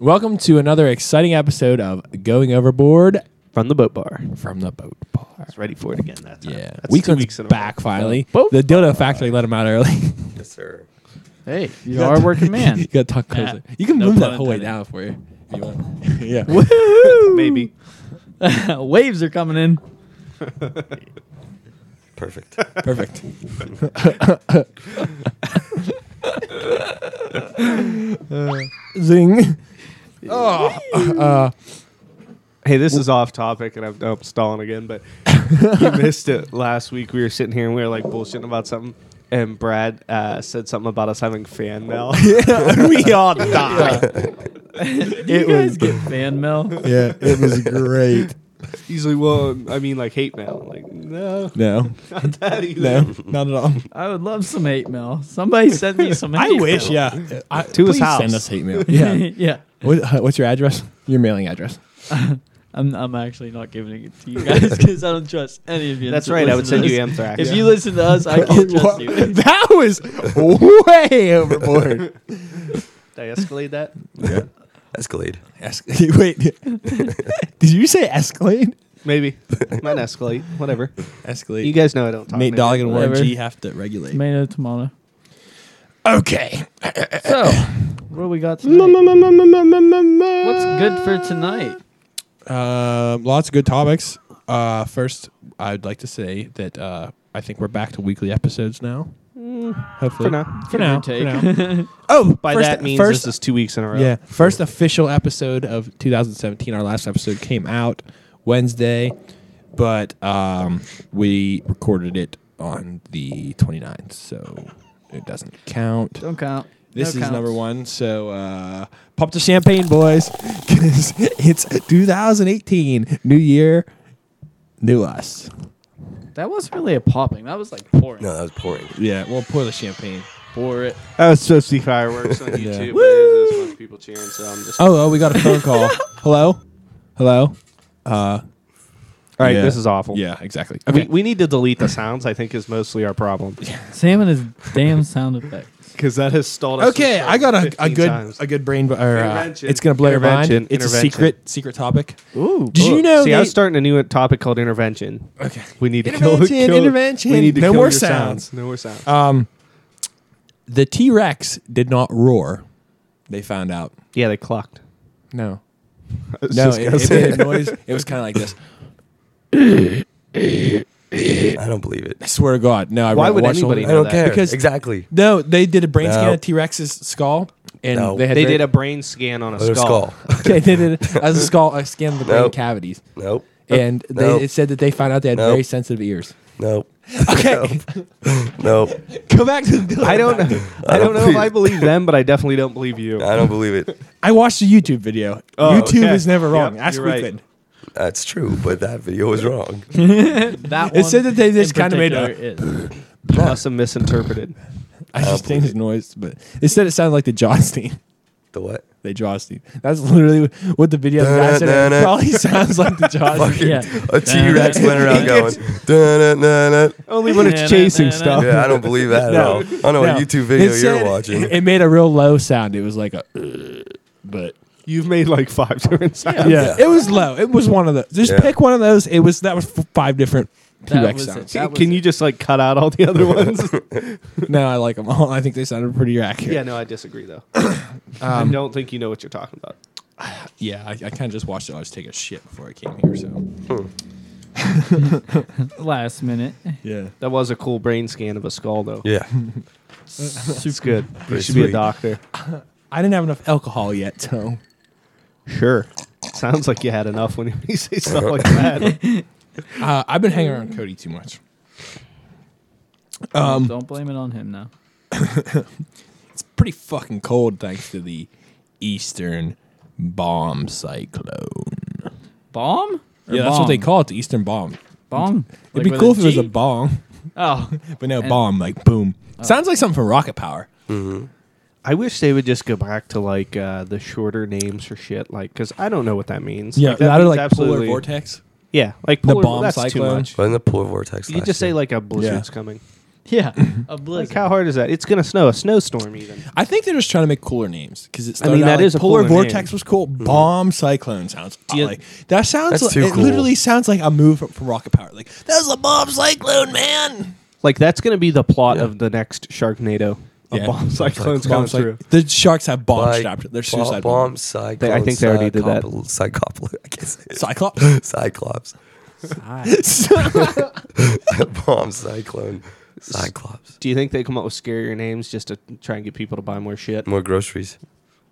Welcome to another exciting episode of Going Overboard From the boat bar. from the Boat Bar. It's ready for it again that time. Yeah, That's we two could weeks in a row. back finally. Boat the Dildo Factory let him out early. Yes, sir. Hey, you are a working you man. gotta talk Nah, closer. you can no move that pun whole way intended. down for you. If you want. yeah. Maybe. Waves are coming in. Perfect. Perfect. Zing. Oh, uh, Hey, this is off topic, and I'm, oh, I'm stalling again. But you missed it last week. We were sitting here and we were like bullshitting about something, and Brad uh, said something about us having fan mail. we all died. you guys get fan mail. yeah, it was great. Easily, well, I mean, like hate mail. Like no, No, not that either. no, not at all. I would love some hate mail. Somebody send me some. I hate wish, mail. yeah. I, To his please house. Send us hate mail. Yeah. yeah. what, uh, what's your address? Your mailing address. I'm, I'm actually not giving it to you guys because I don't trust any of you. That's that right, I would listen send to you us. anthrax. If Yeah. you listen to us, I can't trust you. that was way overboard. Did I escalate that? yeah. Escalade. Es- Wait, did you say Escalade? Maybe. Might escalate. Whatever. Escalade. You guys know I don't talk. Nate native. Dogg and Warren Whatever. G have to regulate. Tomato, tomato. Okay. So, what do we got tonight? What's What's good for tonight? Um, lots of good topics. Uh, first, I'd like to say that uh, I think we're back to weekly episodes now. Hopefully, For now. For Mm. Give or now. take. for now. oh, By first, that means first, this is two weeks in a row. yeah, first official episode of 2017. Our last episode came out Wednesday, but um, we recorded it on the 29th, so it doesn't count. Don't count. This No is counts. number one. So uh, pop the champagne, boys, 'cause it's 2018, new year, new us. That wasn't really a popping. That was like pouring. No, that was pouring. Yeah, we'll pour the champagne. Pour it. That was supposed to be fireworks on YouTube, but it was a bunch of people cheering, so I'm just. Oh, oh we got a phone call. Hello, hello. Uh, All right, Yeah. this is awful. yeah, exactly. We, Okay, we need to delete the sounds, I think, is mostly our problem. Sam and his damn sound effects. Because that has stalled us. okay. from I got a, a 15 good times. a good brain. Or, uh, Intervention. it's gonna blow your mind. Intervention. It's a Intervention. secret secret topic. Ooh. Did you know? See, I they- was starting a new topic called intervention. okay. We need to kill, Intervention, kill intervention. We need to No kill more your sounds. No more sounds. Uh, Um, the T Rex did not roar. They found out. yeah, they clocked. No. I was No, just it, gonna it say. made a noise. It was kind of like this. I don't believe it. I swear to God, no. I Why read- would watched the whole anybody I thing. know don't that. care. Because- exactly. No, they did a brain scan No. of T Rex's skull, and No. they had They very- did a brain scan on a Other skull. skull. okay, they did a, as a skull a scan of the brain Nope. cavities, Nope. and they Nope. it said that they found out they had Nope. very sensitive ears. Nope. Okay, Nope. go back to the. I don't. I don't don't know if believe I it. believe them, but I definitely don't believe you. I don't believe it. I watched the YouTube video. Oh, YouTube okay. is never Yep, wrong. Ask you're right. Weekend. That's true, but that video was wrong. That It said that they just in kinda made a- particular is. You must have misinterpreted. I just believe changed his noise, but they said it sounded like the Johnstein. The what? They Johnstein. That's literally what the video the guy said. It Da-da-da-da. probably sounds like the Johnstein. Fucking Yeah. a T Rex went around going. "Dun-dun-dun-dun." Only when it's chasing stuff. Yeah, I don't believe that at all. I don't know No. what YouTube video It you're said- watching. It made a real low sound. It was like a, "Ugh," but You've made like five different sounds. yeah, it was low. It was one of those. Just Yeah. pick one of those. It was that was f- five different T That Rex was it. sounds. That Can was you it. just like cut out all the other ones? no, I like them all. I think they sounded pretty accurate. yeah, no, I disagree though. I don't think you know what you're talking about. yeah. I, I kind of just watched it. I was taking a shit before I came here, so last minute? yeah. That was a cool brain scan of a skull though. Yeah. It's good. You Pretty should be a sweet. doctor. I didn't have enough alcohol yet, so Sure. Sounds like you had enough when you say stuff like that. uh, I've been hanging around Cody too much. don't blame it on him now. Pretty fucking cold, thanks to the Eastern bomb cyclone. Bomb? Or Yeah, that's what they bong? call it, the Eastern bomb. Bong. It'd be cool if it was a bomb, Oh, but no And- bomb, like boom. Sounds like something from Rocket Power. I wish they would just go back to like uh, the shorter names for shit, like because I don't know what that means. Yeah, that that or means like polar absolutely- vortex. Yeah, like The polar, bomb that's cyclone. too much. But in the polar vortex. You last just say year. like a blizzard's coming. Yeah, a Like, blizzard. how hard is that? It's gonna snow, a snowstorm even. I think they're just trying to make cooler names because it's. I mean, that that is is a polar cooler vortex name. was cool. Bomb cyclone sounds you- like that sounds. That's like, too it cool. literally sounds like a move from, from Rocket Power. Like that was a bomb cyclone, man. Like that's gonna be the plot of the next Sharknado. A Yeah. bomb cyclone's Bomb coming cyc- through. The sharks have bomb Like, strapped. They're bo- suicide bomb. bomb. Cyclops. They- I think they already did that. Cyclops. I guess. Cyclops. Cyclops. Cy- bomb cyclone. Cyclops. Do you think they come up with scarier names just to try and get people to buy more shit? More groceries.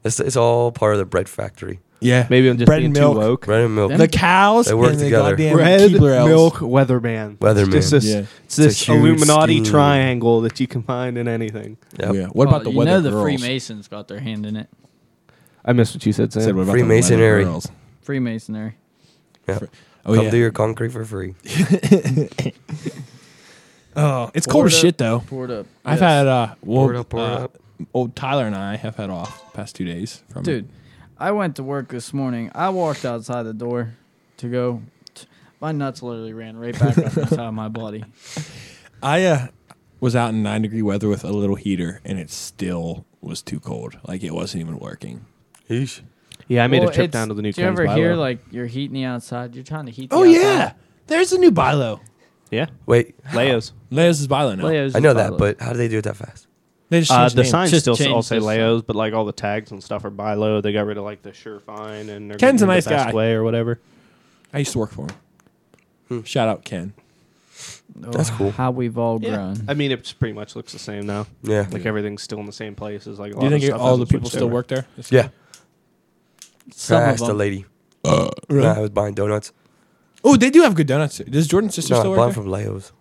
It's, it's all part of the bread factory. yeah, Maybe I'm just Bread being and too milk. woke. Bread and milk. the cows They work and together. the goddamn Red Keebler elves. milk weatherman. Weatherman. It's just this, Yeah. it's It's a this huge Illuminati scheme. triangle that you can find in anything. Yep. Yeah. What about Oh, the you weather know the girls? Freemasons got their hand in it. I missed what you said, I Sam. said, what about Freemasonry. The weather girls? Freemasonry. Yep. Oh Come yeah. do your concrete for free. oh, it's cold as shit though. Poured up. I've Yes. had uh, well, Pour it up, pour it uh, up. old Tyler and I have had off the past two days from Dude, I went to work this morning. I walked outside the door to go. t- my nuts literally ran right back up inside of my body. I uh, was out in nine degree weather with a little heater, and it still was too cold. Like it wasn't even working. Yeesh. Yeah, I made Well, a trip it's- down to the new. Do you ever Kings hear Bylaw. like you're heating the outside? You're trying to heat. The Oh outside. yeah, there's a new Bilo. Yeah, Wait, Leos. Leo's is Bilo now. Leo's I is know that, Bilo. but how do they do it that fast? They just Uh, changed the name. signs Just still s- all change say the sign. Leos, but like all the tags and stuff are by low. They got rid of like the sure fine and they're Ken's getting a rid nice of the best guy. way or whatever. I used to work for him. Hmm. Shout out Ken. Oh, That's cool. How we've all Yeah, grown. I mean it pretty much looks the same now. Yeah. Like everything's still in the same places. Like a Do you lot of think stuff all the hasn't people switched still over. work there? Yeah. Some I of asked a them. lady. Really? Nah, I was buying donuts. Oh, they do have good donuts. Does Jordan's sister No, still I'm work buying there? from Leo's.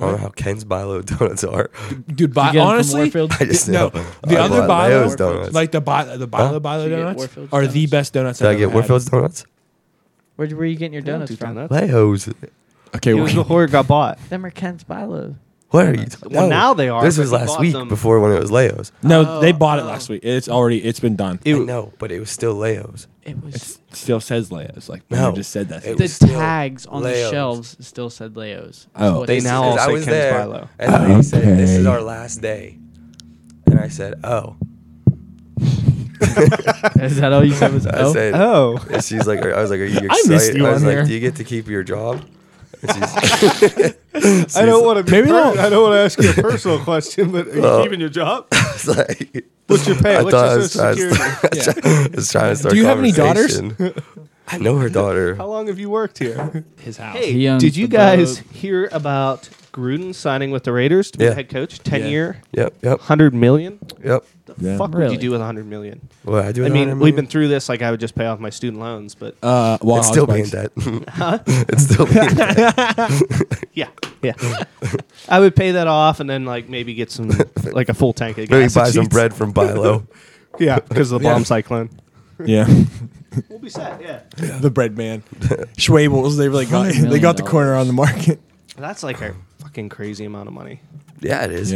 I don't know how Ken's Bilo donuts are. Dude, You bi- get 'em from honestly, Warfield? I just no. know. The I other bought Bilo, Leo's donuts. like the bi- the Bilo Huh? Bilo Did you get donuts Warfield's are the donuts? best donuts. Did I've I get ever had. Warfield's donuts? Where, where are you getting your donuts do from? donuts. Leo's. Okay, It was before it got bought. Them are Ken's Bilo. What are you? T- Well, no. now they are. this but was he last bought week them- before when it was Leo's. No, they bought it Oh, last oh. week. It's already it's been done. I It- know, but it was still Leo's. It was It still says Leo's. Like No. you just said that. It the was still tags on Leos. the shelves still said Leos. Oh. What They it now said. all I say was Ken's there, Bilo. and they said, "This is Okay. our last day," and I said, "Oh." Is that all you said was I oh? said, Oh. And she's like, "Are- I was like, are you excited? I missed you I was on like, here. do you get to keep your job? And she's- she's I don't want to. Maybe Maybe they'll- I don't want to ask you a personal question, but are you Well, keeping your job? I was like, What's your pay? I What's thought I your social was trying security? to, start, I was trying to start Do you have any daughters? conversation. I know her daughter. How long have you worked here? his house. Hey, He owns did you the guys boat. hear about Gruden signing with the Raiders to be Yeah. the head coach? Ten Yeah. year, Yep, yep, hundred million. yep. The Yeah. fuck would Really? you do with hundred million? Well, I do. I with mean, her, we've man. been through this. Like, I would just pay off my student loans, but Uh, Wild Hogs It's still Bites. being debt. it's still being debt. yeah, yeah. I would pay that off and then like maybe get some like a full tank of gas. Maybe buy some Jeez. bread from Bilo. Yeah, because of the bomb Yeah. cyclone. Yeah, We'll be set. Yeah, the bread man, Schwabels. They really got $100 million they got the corner on the market. that's like a fucking crazy amount of money. yeah, it is.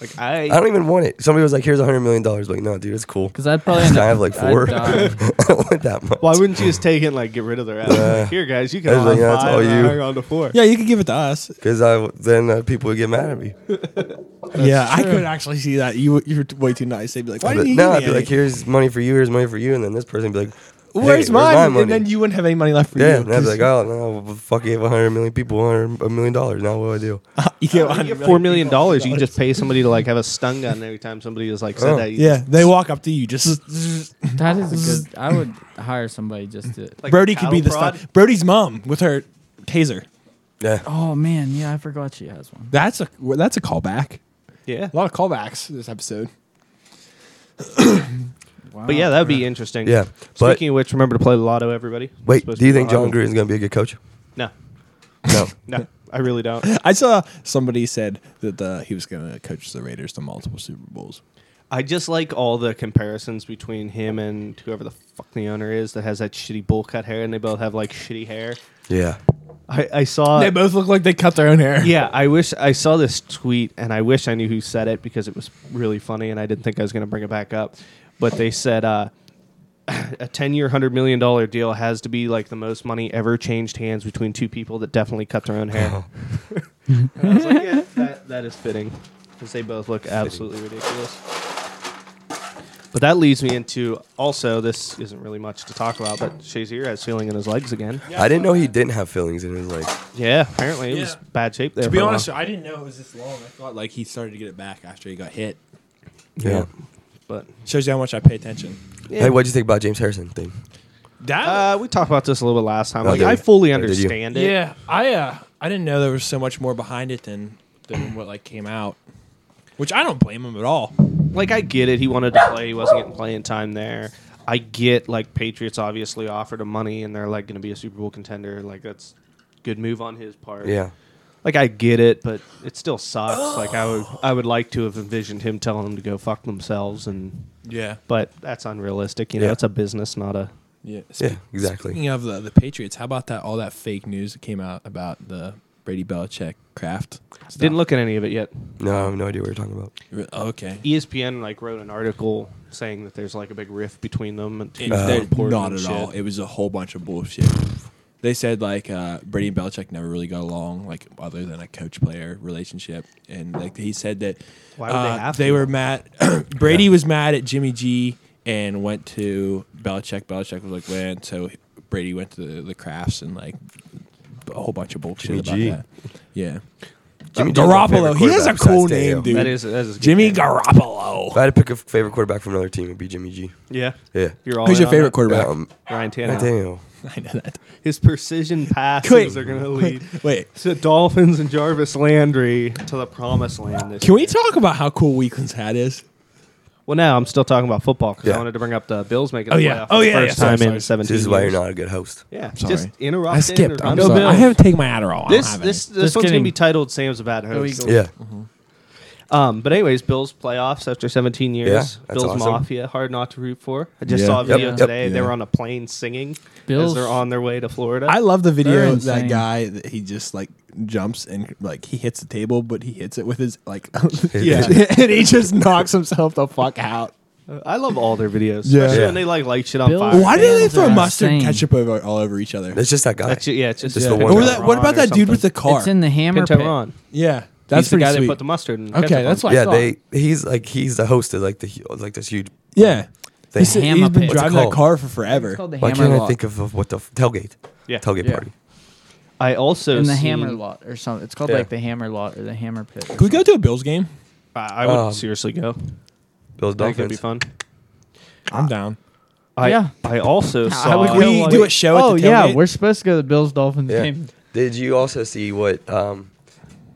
Like I, I don't even want it. Somebody was like, "Here's a hundred million dollars." Like, no, dude, it's cool. Because I'd probably I end up, have like I'd four. I die. don't want that much. Why wouldn't you just take it and like get rid of their ass? Yeah. Like, Here, guys, you can I was have like, yeah, that's five all and you. hang on to four. Yeah, you could give it to us. Because I w- then uh, people would get mad at me. yeah, I could actually see that. You you're way too nice. They'd be like, why But didn't you? no, I'd give be me like, any? "Here's money for you. Here's money for you," and then this person would be like, hey, where's mine? my money? And then you wouldn't have any money left for yeah, you. and I'd be like, "Oh no, well, fuck! I gave a hundred million people a hundred- a million dollars. Now what do I do?" you get You $100 get four million dollars. You can just pay somebody to like have a stun gun every time somebody is like said Oh. that. You Yeah, they walk up to you. Just That is a good. I would hire somebody just to. Like Brody could be cattle the prod. stuff. Brody's mom with her taser. Yeah, Oh man, yeah, I forgot she has one. That's a that's a callback. Yeah, A lot of callbacks this episode. Wow. but yeah, that would be interesting. yeah. But Speaking of which, remember to play the lotto, everybody. wait, Supposed do you to think play John lotto. Gruden's gonna be a good coach? No, No. no, I really don't. I saw somebody said that uh, he was going to coach the Raiders to multiple Super Bowls. I just like all the comparisons between him and whoever the fuck the owner is that has that shitty bowl cut hair, and they both have like shitty hair. yeah. I, I saw. they both look like they cut their own hair. yeah, I wish I saw this tweet, and I wish I knew who said it because it was really funny, and I didn't think I was going to bring it back up. But they said uh, a ten-year, hundred million dollar deal has to be like the most money Uh-huh. ever changed hands between two people that definitely cut their own hair. And I was like, yeah, that, That is fitting because they both look absolutely ridiculous. But that leads me into also this isn't really much to talk about, but Shazier has feeling in his legs again. I didn't know he didn't have feelings in his legs. Yeah, apparently it was Yeah. bad shape there. To be for a while. honest, I didn't know it was this long. I thought like he started to get it back after he got hit. Yeah. but Shows you how much I pay attention. Hey, what'd you think about James Harrison thing? That uh, we talked about this a little bit last time. Oh, Like, did I we? fully Oh, did you? understand it. yeah, I uh, I didn't know there was so much more behind it than than what like came out, which I don't blame him at all. like I get it. He wanted to play. He wasn't getting playing time there. I get like Patriots obviously offered him money and they're like going to be a Super Bowl contender. Like that's good move on his part. Yeah. Like I get it, but it still sucks. Like I would I would like to have envisioned him telling them to go fuck themselves and Yeah, but that's unrealistic. You know, Yeah. it's a business, not a yeah, Yeah, exactly. Speaking of the, the Patriots, how about that all that fake news that came out about the Brady Belichick craft? stuff? oh, Didn't look at any of it yet. E No, I have no idea what you're talking about. okay. ESPN like wrote an article saying that there's like a big rift between them and It- Uh, they're important not at and all. shit. It was a whole bunch of bullshit. They said like uh, Brady and Belichick never really got along, like other than a coach player relationship, and like he said that Why would they uh, have they to? were mad. Brady was mad at Jimmy G and went to Belichick. Belichick was like, man, so Brady went to the, the crafts and like a whole bunch of bullshit Jimmy about G. that. Yeah, Jimmy G's my favorite Garoppolo. He has a quarterback, so I cool stay name, out. dude. That is that is a good Jimmy game. Garoppolo. If I had to pick a favorite quarterback from another team, it'd be Jimmy G. Yeah. Yeah. You're all Who's in your on favorite that? quarterback? Um, Ryan Tannehill. Nathaniel. I know that. His precision passes Wait. are going to lead Wait, to Dolphins and Jarvis Landry to the promised land. This can we year. talk about how cool Weekland's hat is? Well, now I'm still talking about football because Yeah. I wanted to bring up the Bills making. Oh, the yeah. playoff Oh, for the yeah, yeah. First Sorry, time sorry. in 17 This is why you're years. not a good host. Yeah, Sorry. just interrupt. I skipped. Or, I'm Go sorry. Bills. I haven't taken my Adderall. I This don't have this any. this one's Just kidding. gonna be titled "Sam's a Bad Go Host." Eagles. Yeah. Um, but anyways, Bills playoffs after 17 years. Yeah, that's Bills awesome. Mafia, hard not to root for. I just Yeah. saw a Yep, video yep, today. They yeah. were on a plane singing as Bills. they're on their way to Florida. I love the They're video of that insane. guy that he just like jumps and like he hits the table, but he hits it with his like Yeah. and he just knocks himself the fuck out. I love all their videos, Yeah. especially Yeah. when they like light shit on Bills. fire. Why do they Fans throw are mustard and insane. ketchup over, all over each other? That's just that guy. That's ju- yeah, it's just, Just yeah. the one Or guy. that, what about that dude with the car? It's in the hammer pit. Pinteron. yeah, That's that's He's the pretty guy sweet. that put the mustard. And Okay, ketchup that's on. what I yeah, thought. they he's like he's the host of like the hu- like this huge yeah. thing. He's, he's Hammer been pit. driving What's it that called? car for forever. It's called the Why hammer can't lot. I think of, of what the f- tailgate Yeah. tailgate Yeah. party? I also in the seen- hammer lot or something. It's called Yeah. like the hammer lot or the hammer pit. Could we go to a Bills game? I, I would Um, seriously go. Bills That could Dolphins. be fun. I'm Ah. down. I, Yeah. I also saw. would Can we go do on- a show at oh the yeah, tailgate? we're supposed to go to the Bills Dolphins Yeah. game. Did you also see what um,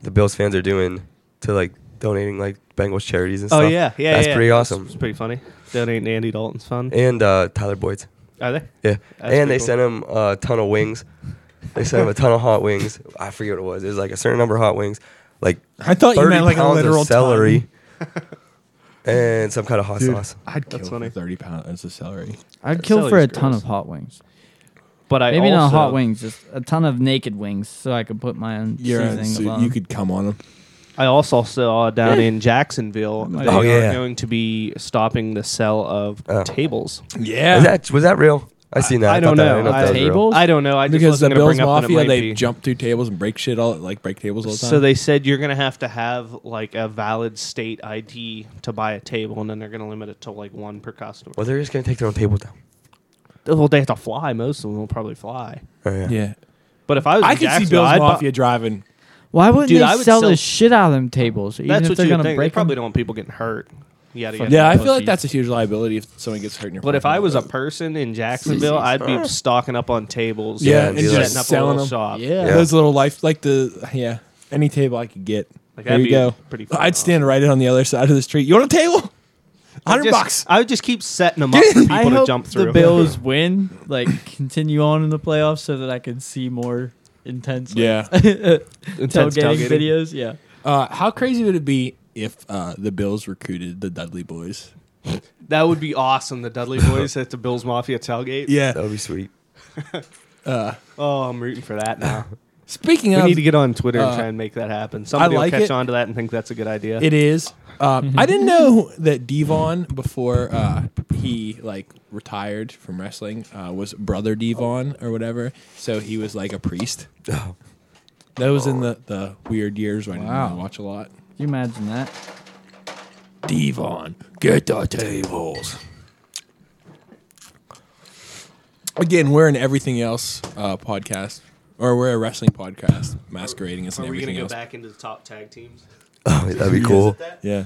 the Bills fans are doing to like donating like Bengals charities and oh stuff? yeah, yeah, that's yeah. pretty It's awesome. pretty funny. Donating to Andy Dalton's fun. And uh, Tyler Boyd's. Are they? Yeah, That's and pretty they cool. sent him a ton of wings. They sent him a ton of hot wings. I forget what it was. It was like a certain number of hot wings, like I thought Oh, you thirty meant like a pounds literal of celery, and some kind of hot sauce. I'd That's kill funny. for thirty pounds of celery. I'd That kill for a sally's ton gross. of hot wings. But I Maybe also, not hot wings, just a ton of naked wings, so I could put my own You're seasoning so above. you could come on them. I also saw down in Jacksonville. They Oh, are yeah. going to be stopping the sale of Oh. tables. Yeah, Is that was that real? I seen that. I don't thought that- know. if that I- was real. Tables? I don't know. I just because the wasn't gonna Bills bring up that it Mafia might they be. jump through tables and break shit all like break tables all the time. So they said you're gonna have to have like a valid state ID to buy a table, and then they're gonna limit it to like one per customer. Well, they're just gonna take their own table down. Well, they have to fly. Most of them will probably fly. Oh, yeah. yeah, But if I was, I in could see Jacksonville, Bills I'd bu- Mafia driving. Why wouldn't Dude, they I would sell, sell- the shit out of them tables? Even That's if what they're you would gonna think. They break probably them? don't want people getting hurt. Yada, Fuck yada, Yeah, I yada. feel like that's a huge liability if someone gets hurt in your. But if parking I was a lot. person in Jacksonville, I'd be stocking up on tables. yeah, Yeah, and be just like- setting up selling a little them. shop. Yeah. Yeah. those little life like the yeah any table I could get. Like, there that'd you be go. pretty fun. I'd stand right on the other side of the street. You want a table? I'd Hundred just- bucks. I would just keep setting them up for people I to hope jump through. the Bills win, like continue on in the playoffs, so that I can see more intense. like, Yeah. Intense tailgating tailgating. videos. Yeah, Uh, how crazy would it be if uh, the Bills recruited the Dudley Boys? That would be awesome. The Dudley Boys at the Bills Mafia tailgate. That Yeah. would be sweet. Oh, I'm rooting for that now. Speaking we of, need to get on Twitter uh, and try and make that happen. Somebody like will catch it. on to that and think that's a good idea. It is. Um, I didn't know that Devon before uh, he like retired from wrestling uh, was brother Devon or whatever. So he was like a priest. Oh, That was in the, the weird years when I Wow. didn't really watch a lot. you imagine that? Devon, get the tables. Again, we're an everything else uh, podcast, or we're a wrestling podcast masquerading as an Are we everything gonna else. go back into the top tag teams? Oh, that'd be cool. Yeah.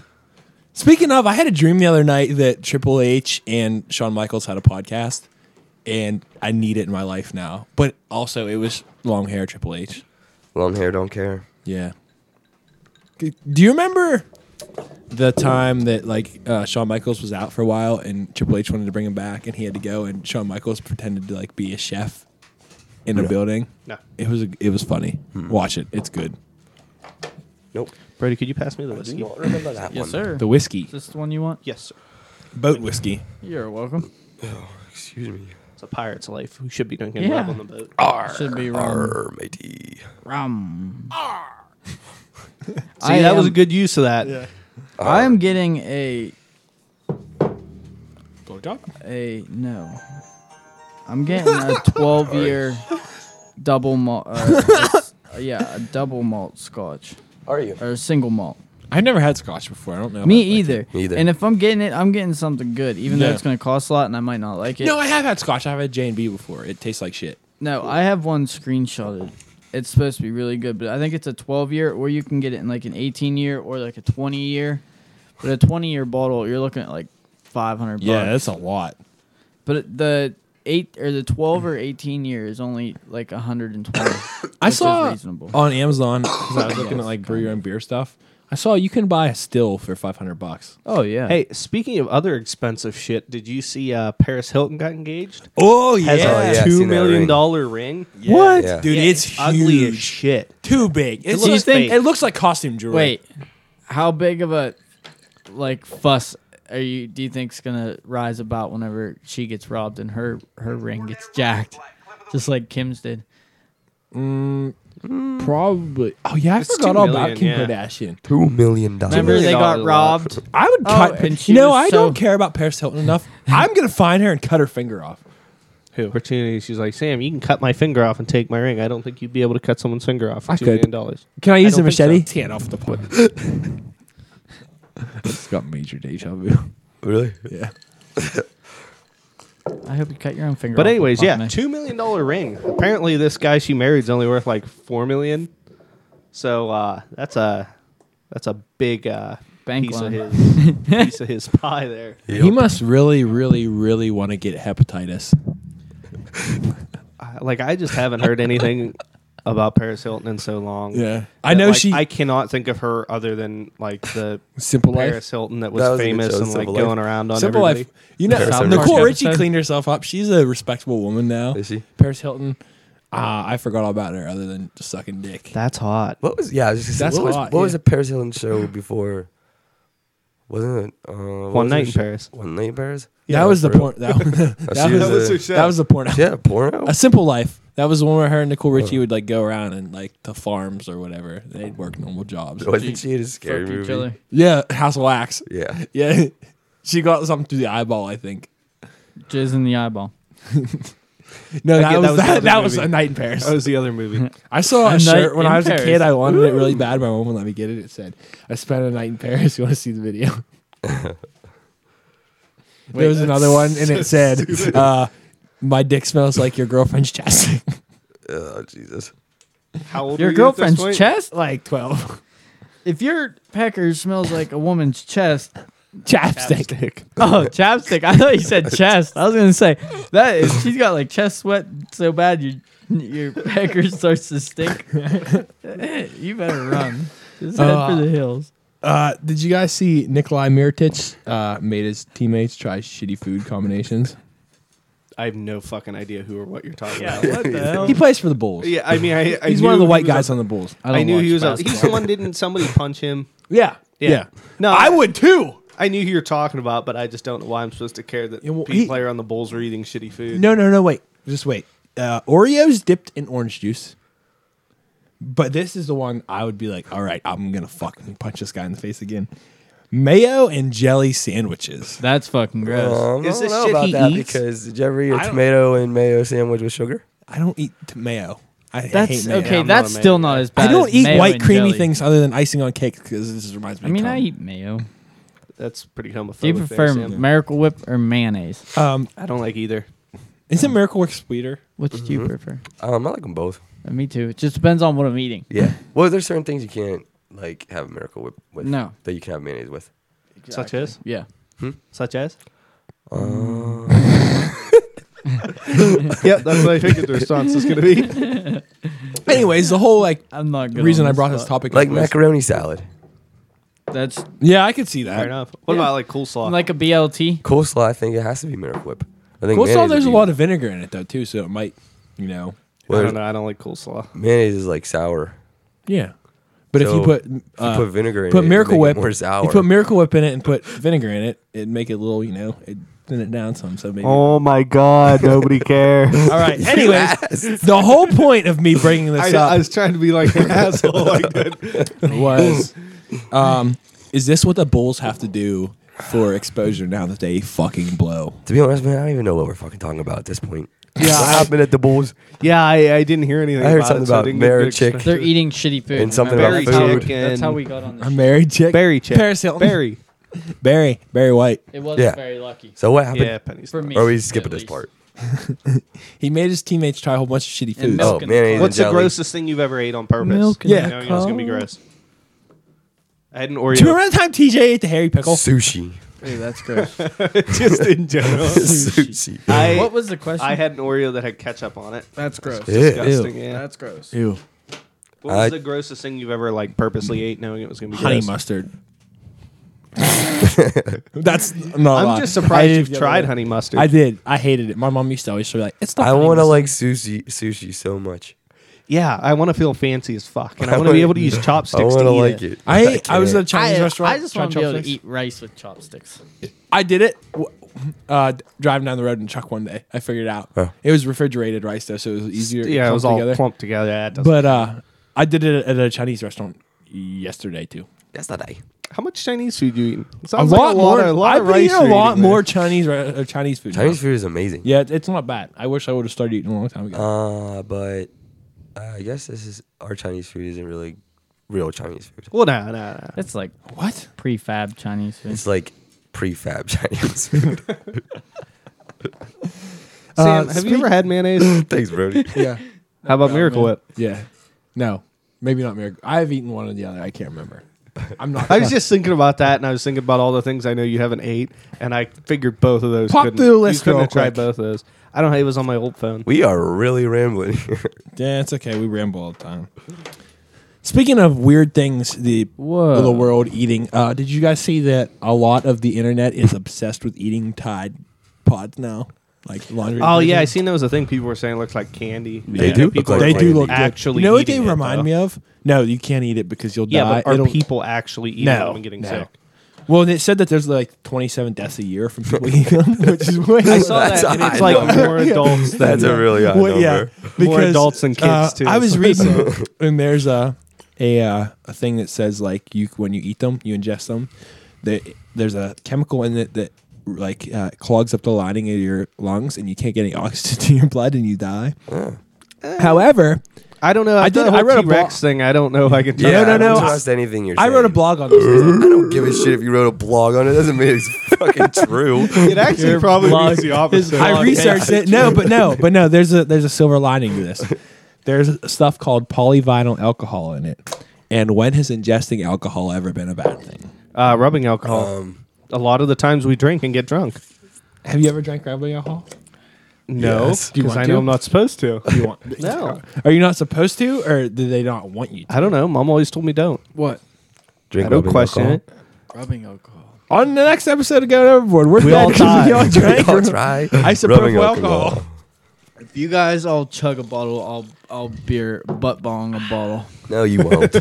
Speaking of, I had a dream the other night that Triple H and Shawn Michaels had a podcast, and I need it in my life now. But also, it was long hair Triple H. Long hair, don't care. Yeah. G- Do you remember the time that like uh, Shawn Michaels was out for a while and Triple H wanted to bring him back and he had to go and Shawn Michaels pretended to like be a chef in a building? No. It was it was funny. Watch it. It's good. Nope. Brady, could you pass me the whiskey? not remember that Yes, sir. The whiskey, Is this the one you want? Yes, sir. boat whiskey. You're welcome. Excuse me. It's a pirate's life. We should be drinking Yeah. rum on the boat. Oh, Should be rum. Arr, matey. Rum. See, I that was am- a good use of that. I am getting a Blowjob. a no. I'm getting a 12 year double malt. Uh, it's- yeah, a double malt Scotch Are you? or a single malt. I've never had scotch before. I don't know. Me if I like either. Me either. And if I'm getting it, I'm getting something good, even Yeah. though it's gonna cost a lot and I might not like it. it. No, I have had scotch. I've had J and B before. It tastes like shit. No, I have one screenshotted. It's supposed to be really good, but I think it's a 12 year, or you can get it in like an 18 year or like a 20 year. But a 20 year bottle, you're looking at like 500 Yeah, bucks. that's a lot. But it- the eight or the 12 or 18 year is only like 120. I which is saw reasonable. on Amazon 'cause I was looking at like brew your own beer stuff. I saw you can buy a still for five hundred bucks. oh yeah. Hey, speaking of other expensive shit, did you see uh, Paris Hilton got engaged? Oh Has Oh, yeah, a I've two seen that million ring. dollar ring. What, Yeah. dude? Yeah, it's ugly as huge. shit. Too big. It looks looks, fake. it looks like costume jewelry. wait, how big of a like fuss are you? Do you think's gonna rise about whenever she gets robbed and her her ring gets jacked, just like Kim's did? probably. Oh yeah, I forgot two all million, about Kim yeah. Kardashian. Two million dollars. Remember they got $2 lot. robbed. I would Oh, cut. and she you know, was I don't so- care about Paris Hilton enough. I'm gonna find her and cut her finger off. Who? Opportunity. She's like, Sam, you can cut my finger off and take my ring. I don't think you'd be able to cut someone's finger off for I two could. million dollars. Can I use don't a think so. machete? Tan off the point. it's got major deja vu. Really? Yeah. I hope you cut your own finger. But off anyways, with yeah, Buckman. two million dollar ring. Apparently, this guy she married's only worth like four million. So uh, that's a that's a big uh, Bank piece loan. of his piece of his pie there. He must really, really, really want to get hepatitis. I- Uh, Like I just haven't heard anything about Paris Hilton in so long. Yeah. I That, know like, she I cannot think of her other than like the Simple Life. Paris Hilton that was, That was a good famous show, and like Simple going Life. around on Simple everybody. Life. You know, um, Paris Nicole Hilton. Park Richie episode. cleaned herself up. She's a respectable woman now. Is she? Paris Hilton. Uh, I forgot all about her other than just sucking dick. That's hot. What was? Yeah, I was just gonna That's say, what, hot, was, what was yeah. the Paris Hilton show before? Wasn't it uh, what One was her night in show? Paris. One night in Paris. that was the for real. porn. That, was- that, she was, was a- That was her the, that was the porn. She had a porno. A Simple Life. That was the one where her and Nicole Richie would like go around and like to farms or whatever. They'd work normal jobs. Wasn't she in a scary Fuck each movie? other. Yeah, House of Wax. Yeah. Yeah, she got something through the eyeball. I think. Jizz in the eyeball. No, that Again, was that, the that, other was movie. a night in Paris. That was the other movie. I saw a, A shirt night when in I was a Paris. kid. I wanted it really bad. My mom wouldn't let me get it. It said, "I spent a night in Paris. You want to see the video?" there was another one, and it said, uh, "My dick smells like your girlfriend's chest." Oh Jesus. How old Your were you at this point? girlfriend's chest? like twelve If your pecker smells like a woman's chest. chapstick. Oh, chapstick. I thought you said chest. I was going to say that is, she's got like chest sweat so bad your your pecker starts to stink. you better run. Just head Uh, for the hills. Uh, did you guys see Nikolai Mirotic uh, made his teammates try shitty food combinations? I have no fucking idea who or what you're talking about. What the hell? He plays for the Bulls. Yeah, I mean, I, I He's knew one of the he white was a- guys on the Bulls. I, knew he was. A, he's the one. Didn't somebody punch him? Yeah, Yeah. yeah. No, I would too. I knew who you're talking about, but I just don't know why I'm supposed to care that Yeah, well, pe- he- player on the Bulls are eating shitty food. No, no, no. Wait, just wait. Uh, Oreos dipped in orange juice. But this is the one I would be like, all right, I'm gonna fucking punch this guy in the face again. Mayo and jelly sandwiches. That's fucking gross. Um, Is I don't this know shit about he that eats? because did you ever eat I a don't- tomato and mayo sandwich with sugar? I don't eat t- mayo. I I hate That's mayo. okay. I'm not that's a still mayo not guy. as bad. I don't as eat mayo white and creamy jelly. things other than icing on cake because this reminds me. I mean, of I eat mayo. That's pretty homophobic. Do you there, prefer Sam. Miracle Whip or mayonnaise? I um, I don't like either. isn't Miracle Works sweeter? Which do you Mm-hmm. Mhm. prefer? Um, I like them both. Uh, me too. It just depends on what I'm eating. Yeah. Well, there's certain things you can't like have a miracle whip with. No. That you can have mayonnaise with. Such as, Yeah. such as. Mm. Uh, yeah, that's what I figured the response was gonna be. Anyways, the whole like I'm not good. reason on I brought this spot. topic like up was- macaroni salad, That's Yeah, I could see Fair that. enough. What Yeah. about like coleslaw? like a BLT. coleslaw. I think it has to be miracle whip. I think Coleslaw, mayonnaise would there's a be- lot of vinegar in it though too, so it might, you know. I well, don't know. I don't like coleslaw. mayonnaise is like sour. Yeah. But if you So, put If you uh, put vinegar in put it, it'd Miracle make it Whip, more sour. you put Miracle Whip in it and put vinegar in it, it'd make it a little, you know, it thin it down some. So maybe. Oh my god, nobody cares. All right. Anyways, the whole point of me bringing I, this know, I up was trying to be like an asshole. Like that. was, um, is this what the Bulls have to do for exposure now that they fucking blow? to be honest, man, I don't even know what we're fucking talking about at this point. Yeah, what I- happened at the Bulls? Yeah, I, I didn't hear anything. I heard about something it, so I about didn't get Mara to Chick. explain- They're eating shitty food. And something remember? about That's how- food. That's how Chicken. we got on A this. married chick, Barry Chick. Paris Hilton, Barry. Barry, Barry White. It was Yeah. very lucky So what happened? Yeah, Penny's. for me. Or are we at skipping this least. part? He made his teammates try a whole bunch of shitty And foods. milk. Oh, mayonnaise What's and the jelly. grossest thing you've ever ate on purpose? Milk and Yeah. You know, you know it's gonna be coke. gross. I had an Do you Oreo remember the time TJ ate the hairy pickle? Sushi. Ooh, that's gross. just in general. Sushi. I what was the question? I had an Oreo that had ketchup on it. that's gross. Ew. Disgusting. Yeah. gross. Ew. What was I- the grossest thing you've ever like purposely ate, knowing it was gonna be Honey gross? mustard. That's not. a I'm lie. just I surprised did you've the other tried day. honey mustard. I did. I hated it. My mom used to always be like, "It's not." I honey want to mustard." like sushi, sushi so much. Yeah, I want to feel fancy as fuck, and I I want to be wanna- able to use I chopsticks want to to eat like it. it. I I, was at a I, Chinese restaurant. I just tried want to be able to chopsticks. eat rice with chopsticks. I did it. w- Uh, d- driving down the road in a truck one day, I figured it out. Oh. It was refrigerated rice though, so it was easier. to Yeah, it clump was all together. clumped together. Yeah, it doesn't- But uh, I did it at a Chinese restaurant yesterday too. That's not I. how much Chinese food you eating? It A sounds like lot, more. A lot I've of been rice. eating a you're lot eating more there. Chinese re- uh, Chinese food. now. Chinese food is amazing. Yeah, it- it's not bad. I wish I would have started eating a long time ago. Uh, but uh, I guess this is our Chinese food isn't really real Chinese food. Well, no, no, no. That's like what? prefab Chinese food. It's like prefab Chinese food. Uh, Sam, have you ever speak- had mayonnaise? Thanks, Brody. Yeah, How about Miracle man. Whip? yeah. No, maybe not miracle. I've eaten one or the other. I can't remember. I'm not. I was just thinking about that, and I was thinking about all the things I know you haven't ate, and I figured both of those. Pop couldn't- through the list You couldn't real have tried quick. both of those. I don't. know, It was on my old phone. We are really rambling here. Yeah, it's okay. We ramble all the time. Speaking of weird things, the Whoa. the world eating. Uh, did you guys see that a lot of the internet is obsessed with eating Tide pods now, like laundry? Oh yeah, I detergent? seen that was a thing. People were saying it looks like candy. They do look People like are They candy. do look good. actually. You know what they eating it, remind though. me of? No, you can't eat it because you'll Yeah, die. but are It'll- people actually eating no, them and getting no. sick? Well, it said that there's like 27 deaths a year from people eating them, which is way. I saw That's that, and a it's high like more adults. than- That's a really high Well, number. yeah, More adults than kids, uh, too. I was reading, and there's a a uh, a thing that says like you when you eat them, you ingest them. There, there's a chemical in it that like uh, clogs up the lining of your lungs, and you can't get any oxygen to your blood, and you die. Ah. However, I don't know. I after did- the whole I read a T-Rex blog- thing. I don't know if I can. Yeah, no, I no. don't trust anything you're I wrote a saying. blog on this. I don't give a shit if you wrote a blog on it. Doesn't mean it's fucking true. It actually probably means the opposite. I researched it. No, but no, but no. There's a there's a silver lining to this. There's stuff called polyvinyl alcohol in it. And when has ingesting alcohol ever been a bad thing? Uh, rubbing alcohol. Um, a lot of the times we drink and get drunk. Have you ever drank rubbing alcohol? No, because Yes. Do you want I know to? I'm not supposed to. You want? no, Are you not supposed to, or do they not want you? to? I don't know. Mom always told me don't. what? drink I don't rubbing question alcohol. it. Rubbing alcohol. On the next episode of Going Overboard, we're We all glad tried. you all We drank. all try. I support rubbing alcohol. If you guys all chug a bottle, I'll I'll beer butt bong a bottle. No, you won't.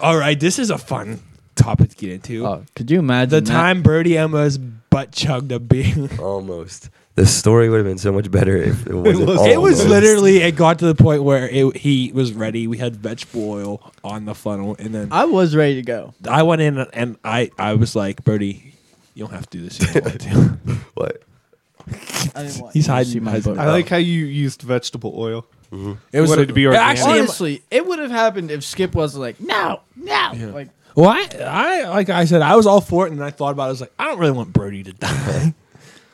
all right, this is a fun topic to get into. Oh, could you imagine the that? time Brody almost butt chugged a beer. Almost. The story would have been so much better if it wasn't. was- It was almost. literally. It got to the point where it, he was ready. We had vegetable oil on the funnel, and then I was ready to go. I went in and I I was like, Brody, you don't have to do this. You don't want to." What? I didn't want He's you to hiding see my his- butt. I like how you used vegetable oil. It was wanted to be organic. actually. am- Honestly, it would have happened if Skip was like, no, no. Like, Well, I, I like I said, I was all for it, and then I thought about it. I was like, I don't really want Brody to die.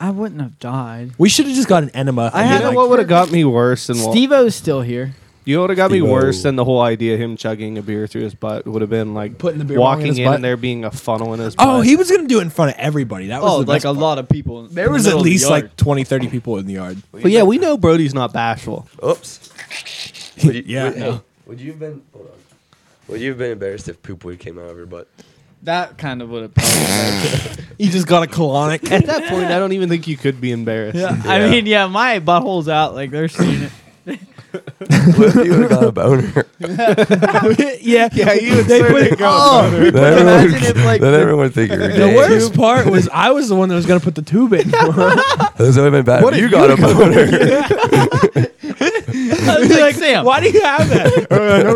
I wouldn't have died. we should have just got an enema. I and You had then, know like- what would have got me worse than what, Steve O's still here. you know what would have got me Steve-O. worse than the whole idea of him chugging a beer through his butt would have been like Putting the beer bong in walking his in butt? and there being a funnel in his. Oh, butt. he was gonna do it in front of everybody. That was Oh, the like best a part. lot of people. in There the was at middle of the least yard. like 20, 30 people in the yard. But yeah, we know Brody's not bashful. Oops. Would you, Yeah, Would, no. hey, would you have been? Hold on. Would you have been embarrassed if poop would came out of her butt? that kind of would have. Probably He just got a colonic. At that point, I don't even think you could be embarrassed. I Yeah. mean, yeah, my butthole's out. Like they're seeing it. What if you would have got a boner? yeah, yeah. you they put inserted it. Oh, Then Imagine everyone, if like then everyone would think you were the gay. worst part was I was the one that was gonna put the tube in. That's only been bad. What What if you got a boner? I was like Sam. Why do you have that? Oh, no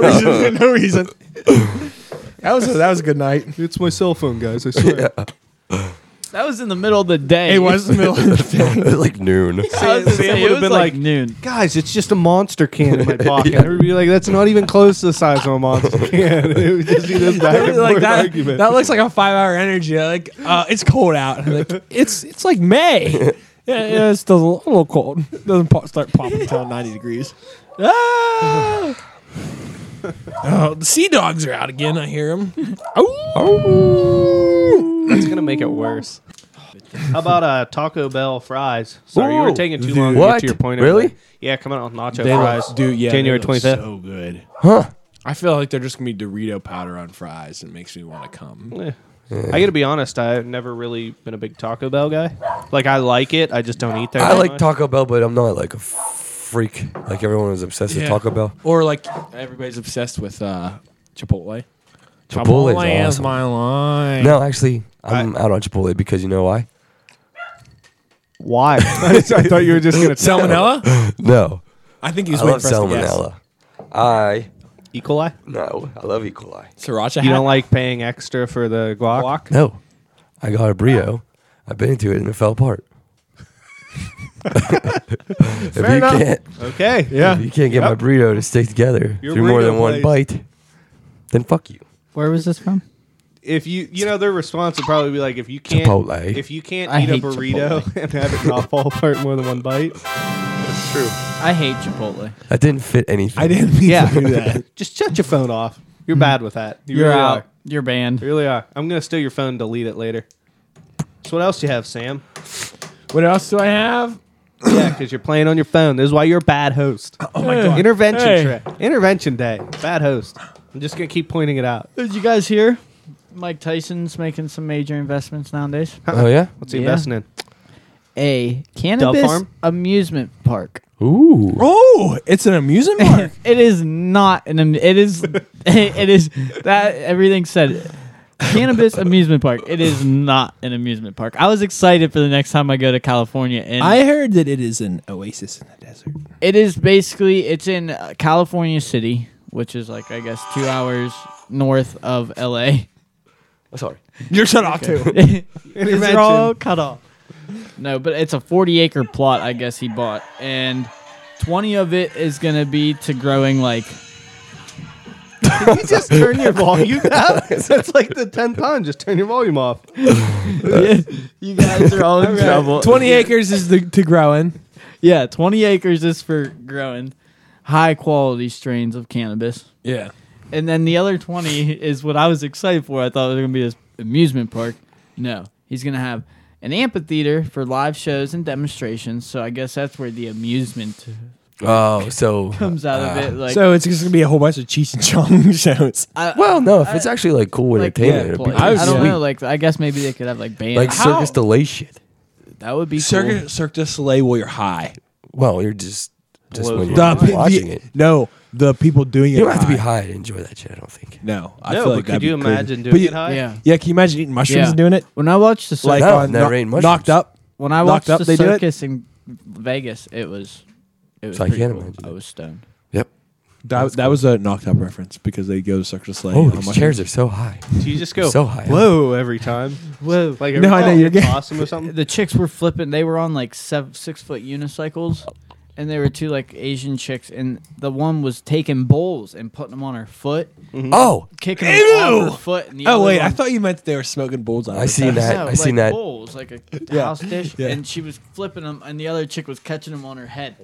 reason. No reason. That was a, that was a good night. It's my cell phone, guys. I swear. That was in the middle of the day. It was the middle of the day. It's like noon. I was gonna Sam say, it would've was been like, like- noon. Guys, it's just a monster can in my pocket. Everybody like, that's not even close to the size of a monster can. it would just be this back and like forth that, argument. that looks like a five hour energy. Like uh, it's cold out. I'm like it's it's like May. Yeah, yeah, it's still a little- a little cold. Doesn't pop, start popping until ninety degrees. Ah! oh, the sea dogs are out again. I hear them. Oh, it's gonna make it worse. How about uh, Taco Bell fries? Sorry, you were Ooh, taking too long to get what? to your point. Really? over there. Yeah, coming out with nacho they fries. look, dude. Yeah, January twenty twenty fifth. fifth. So good. Huh? I feel like they're just gonna be Dorito powder on fries. It makes me want to come. I gotta be honest. I've never really been a big Taco Bell guy. Like I like it, I just don't eat there. I that like much. Taco Bell, but I'm not like a freak. Like everyone was obsessed Yeah. with Taco Bell. Or like everybody's obsessed with uh, Chipotle. Chipotle is is awesome. my line. No, actually, I'm out on Chipotle because you know why? Why? I thought you were just gonna tell me Salmonella? No, I think he's I waiting love for us to guess. salmonella. I E. coli. no, I love E. coli. Sriracha. You hat? don't like paying extra for the guac? No, I got a brio. I bit into it and it fell apart. if you enough. can't, Okay. if you can't get my burrito to stick together Your through more burrito than one place. bite, then fuck you. Where was this from? If you, you know, their response would probably be like, if you can't, Chipotle. if you can't I eat a hate burrito and have it not fall apart more than one bite, That's true. I hate Chipotle. That didn't fit anything. I didn't mean Yeah. to do that. just shut your phone off. Hmm. You're bad with that. You You're really out. Are. You're You banned. really are. I'm gonna steal your phone and delete it later. So what else do you have, Sam? What else do I have? yeah, because you're playing on your phone. This is why you're a bad host. Oh my god. Intervention Hey. trip. Intervention day. Bad host. I'm just gonna keep pointing it out. Did you guys hear? Mike Tyson's making some major investments nowadays. Oh yeah. What's he Yeah. investing in? A cannabis farm? amusement park. Ooh. Oh, it's an amusement park. it is not an. am- It is. it is that everything said. Cannabis amusement park. It is not an amusement park. I was excited for the next time I go to California, and I heard that it is an oasis in the desert. it is basically it's in uh, California City, which is like I guess two hours north of L.A. Sorry. You're shut off too. It's all cut off. No, but it's a 40 acre plot, I guess he bought. And 20 of it is going to be to growing like. Can you just turn your volume up? That's like the tenth time. Just turn your volume off. you guys are all in trouble. Twenty acres is the, to grow in. Yeah, 20 acres is for growing high quality strains of cannabis. Yeah. And then the other 20 is what I was excited for. I thought it was going to be this amusement park. No, he's going to have an amphitheater for live shows and demonstrations. So I guess that's where the amusement Oh, so comes out of uh, it. Like, Uh, so it's just gonna be a whole bunch of Cheech and Chong shows. I- Well, no, if it's actually like cool like, entertainment, yeah, it'd be play- I, was- pretty don't sweet. know. Like, I guess maybe they could have like bands. Like How- circus delay shit. that would be Cirque, cool. Cirque du Soleil while you're high. Well, you're just just Blows when you're your The, mind. watching the- it. No, the people doing it. You don't have to be high. high to enjoy that shit. I don't think. No, I feel No, but like could that'd be you crazy. imagine But doing you- it high? Yeah. Yeah, can you imagine eating mushrooms Yeah. and doing it? When I watched the Like circus, No, on never Kno- ate mushrooms. knocked up. when I knocked watched up, they the do it? circus in Vegas, it was it was So I pretty can't cool. imagine I it. was stoned. Yep. That, that was a knocked up reference because they go to Cirque du Soleil. Oh, on these mushrooms. chairs are so high. Do you just go So high. whoa every time? Whoa. Like No, I know, time you're it's gay. awesome or something. The chicks were flipping. They were on like seven, six foot unicycles, and there were two like Asian chicks, and the one was taking bowls and putting them on her foot, Oh, kicking them off her foot. And the Oh other wait, one, I thought you meant they were smoking bullseye. I seen that. No, I seen like that. bowls like a Yeah. house dish, Yeah. and she was flipping them, and the other chick was catching them on her head.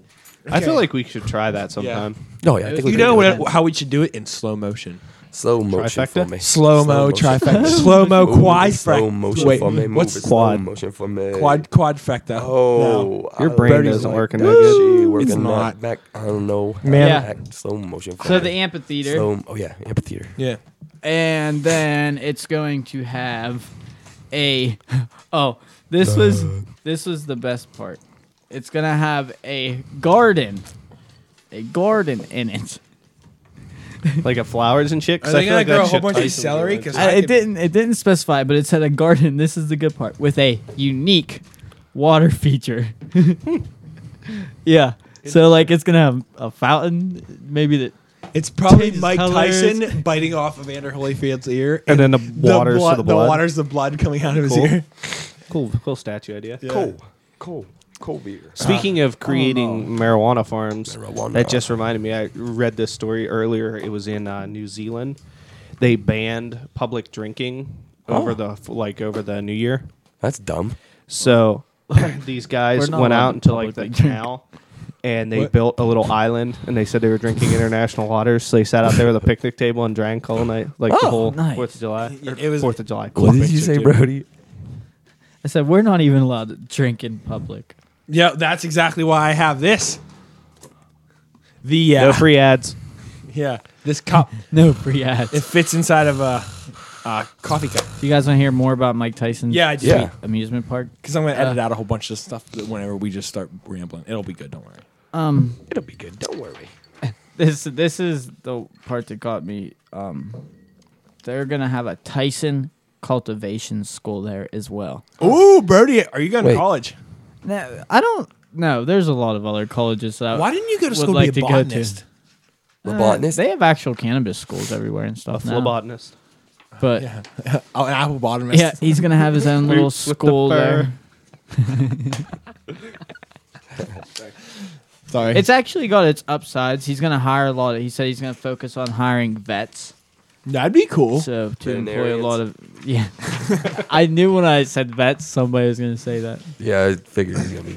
I feel like we should try that sometime. No, yeah, I think You we You could know do what, that. how we should do it in slow motion. Slow motion Trifecta? for me. Slow mo, motion. trifecta, slow mo, Move quad, it Slow motion Wait, for me. Move what's it quad? Slow motion for me. quad, quadfecta. Oh, Your I brain like doesn't that. work in that She good. working It's that not. Back, I don't know. Man. Yeah. Back, slow motion for So me. the amphitheater, Slow, oh yeah, amphitheater. Yeah. and then it's going to have a. Oh, this was this was the best part. It's gonna have a garden, a garden in it. Like a flowers and shit. 'cause Are they I feel gonna like grow that a whole shit bunch of ties to the celery? village. Because I, it didn't it didn't specify, but it said a garden. This is the good part with a unique water feature. yeah. So like it's gonna have a fountain, maybe that It's probably Changes Mike colors. Tyson biting off Evander Holyfield's ear, And then the waters blo- to the blood. waters the blood coming out of Cool. his ear. Cool, cool statue idea. Cool, cool, cool beer. Speaking of creating marijuana farms, Marijuana. that just reminded me. I read this story earlier. It was in uh, New Zealand. They banned public drinking over Oh. the like over the New Year. That's dumb. So these We're guys not went allowed out to into like the publicly drink. canal and they What? built a little island and they said they were drinking international waters. So they sat out there with a picnic table and drank all night, like the Oh, whole nice. Fourth of July. or It was- Fourth of July. What did you say, Brody? I said we're not even allowed to drink in public. Yeah, that's exactly why I have this. The uh, No free ads. yeah, this cup No free ads. it fits inside of a, a coffee cup. you guys want to hear more about Mike Tyson's Yeah, I just Yeah. amusement park? because I'm gonna edit Uh. out a whole bunch of stuff that whenever we just start rambling, it'll be good. Don't worry. Um, It'll be good. Don't worry. this this is the part that got me. Um, they're gonna have a Tyson cultivation school there as well. Ooh, Brody, are you going Wait. college? Now, I don't know. There's a lot of other colleges that Why didn't you go to Uh, would school like to be a to go to. botanist? The botanist. They have actual cannabis schools everywhere and A stuff now. phlebotomist. But yeah. Yeah, oh, an apple botanist. he's gonna have his own little Roots with the school fur. there. sorry. It's actually got its upsides. He's gonna hire a lot of. He said he's gonna focus on hiring vets, That'd be cool. so to employ a lot of. Yeah, I knew when I said vets, somebody was gonna say that. Yeah, I figured it was gonna be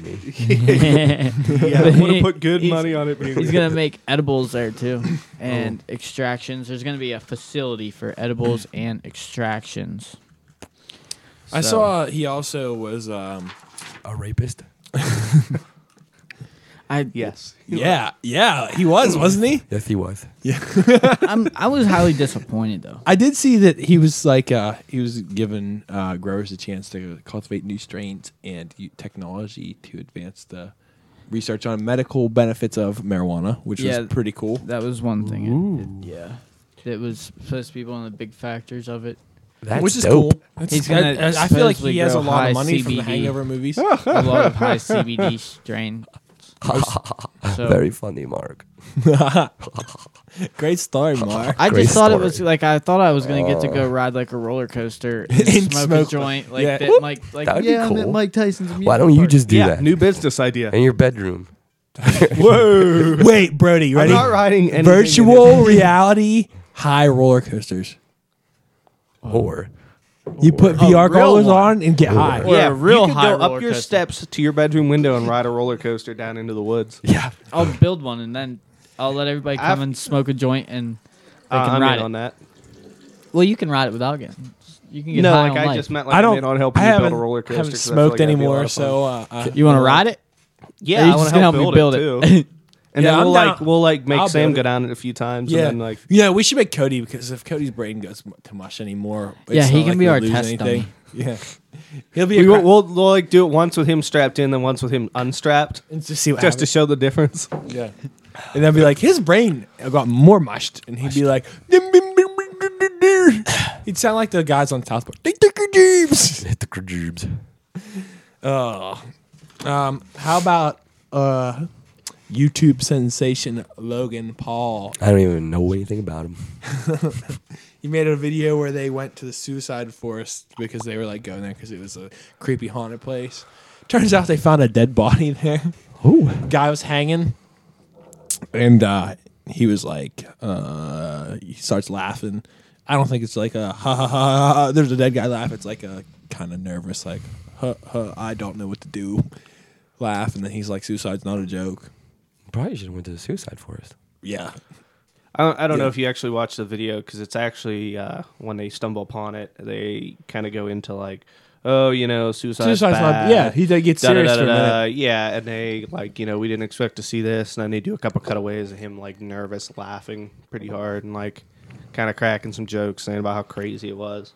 me. Yeah, I would have put good He's- money on it. Being He's gonna make edibles there too, Oh. and extractions. There's gonna be a facility for edibles and extractions. I So, saw he also was. Um, A rapist. I yes. yeah, yeah, he was, wasn't he? Yes, he was. I'm, I was highly disappointed though. I did see that he was like uh, he was giving uh, growers a chance to cultivate new strains and u- technology to advance the research on medical benefits of marijuana, which Yeah. was pretty cool. That was one thing. It- it- yeah, it was supposed to be one of the big factors of it. That's which is dope. cool. That's- He's gonna I- I feel like supposedly he has a grow lot high of money from the CBD. Hangover movies. A lot of high CBD strain. So Very funny, Mark. Ah. Great story, Mark. I Great just thought it story. was like I thought I was gonna get to go ride like a roller coaster and, And smoke, smoke- a joint like yeah. that. Mike, like That would be yeah, I'm at cool. Mike Tyson's. Amusement Why don't you park." just do Yeah. that New business idea. in your bedroom? Whoa. Uh, Wait, Brody, you I'm ready? not riding anything in Virtual reality high roller coasters. Or You put Oh, VR real goggles one. on and get high. Or a real you could high go up roller your coaster. steps to your bedroom window and ride a roller coaster down into the woods. yeah, I'll build one and then I'll let everybody come I've- and smoke a joint and they Uh, can I'm ride in it. on that. Well, you can ride it without getting. You can get no, high like on I life. just meant like I don't. don't, on helping I you haven't, build a roller coaster. I haven't 'cause I feel like smoked that'd be a lot anymore, of fun. so uh, uh, You want to ride it? Or yeah, you I want just to gonna help, me build, it, too. And Yeah, then I'm we'll like down. we'll like make I'll Sam build go it. down it a few times, yeah, and then like yeah. We should make Cody because if Cody's brain goes m- to mush anymore, it's Yeah, he not can like be we our lose test anything. dummy. Yeah, he'll be. we a will, cra- we'll, we'll like do it once with him strapped in, then once with him unstrapped, and just see what just to happens. show the difference. yeah, and then be like, his brain got more mushed, and he'd be like, he'd sound like the guys on South Park. They took your dreams. hit the jibs. Oh, um, how about uh, YouTube sensation Logan Paul? I don't even know anything about him. He made a video where they went to the suicide forest because they were like going there because it was a creepy haunted place. Turns out they found a dead body there. Ooh. Guy was hanging, and uh, he was like, uh, he starts laughing. I don't think it's like a ha ha ha. ha, ha. There's a dead guy laugh. It's like a kind of nervous, like huh, huh, I don't know what to do, laugh, and then he's like, suicide's not a joke. Probably should have went to the suicide forest. Yeah, I don't, I don't know Yeah. if you actually watched the video because it's actually uh, when they stumble upon it, they kind of go into like, oh, you know, suicide. suicide's not. Yeah, he did get serious for a minute. Yeah, and they like, you know, we didn't expect to see this, and then they do a couple cutaways of him like nervous, laughing pretty hard, and like kind of cracking some jokes, saying about how crazy it was.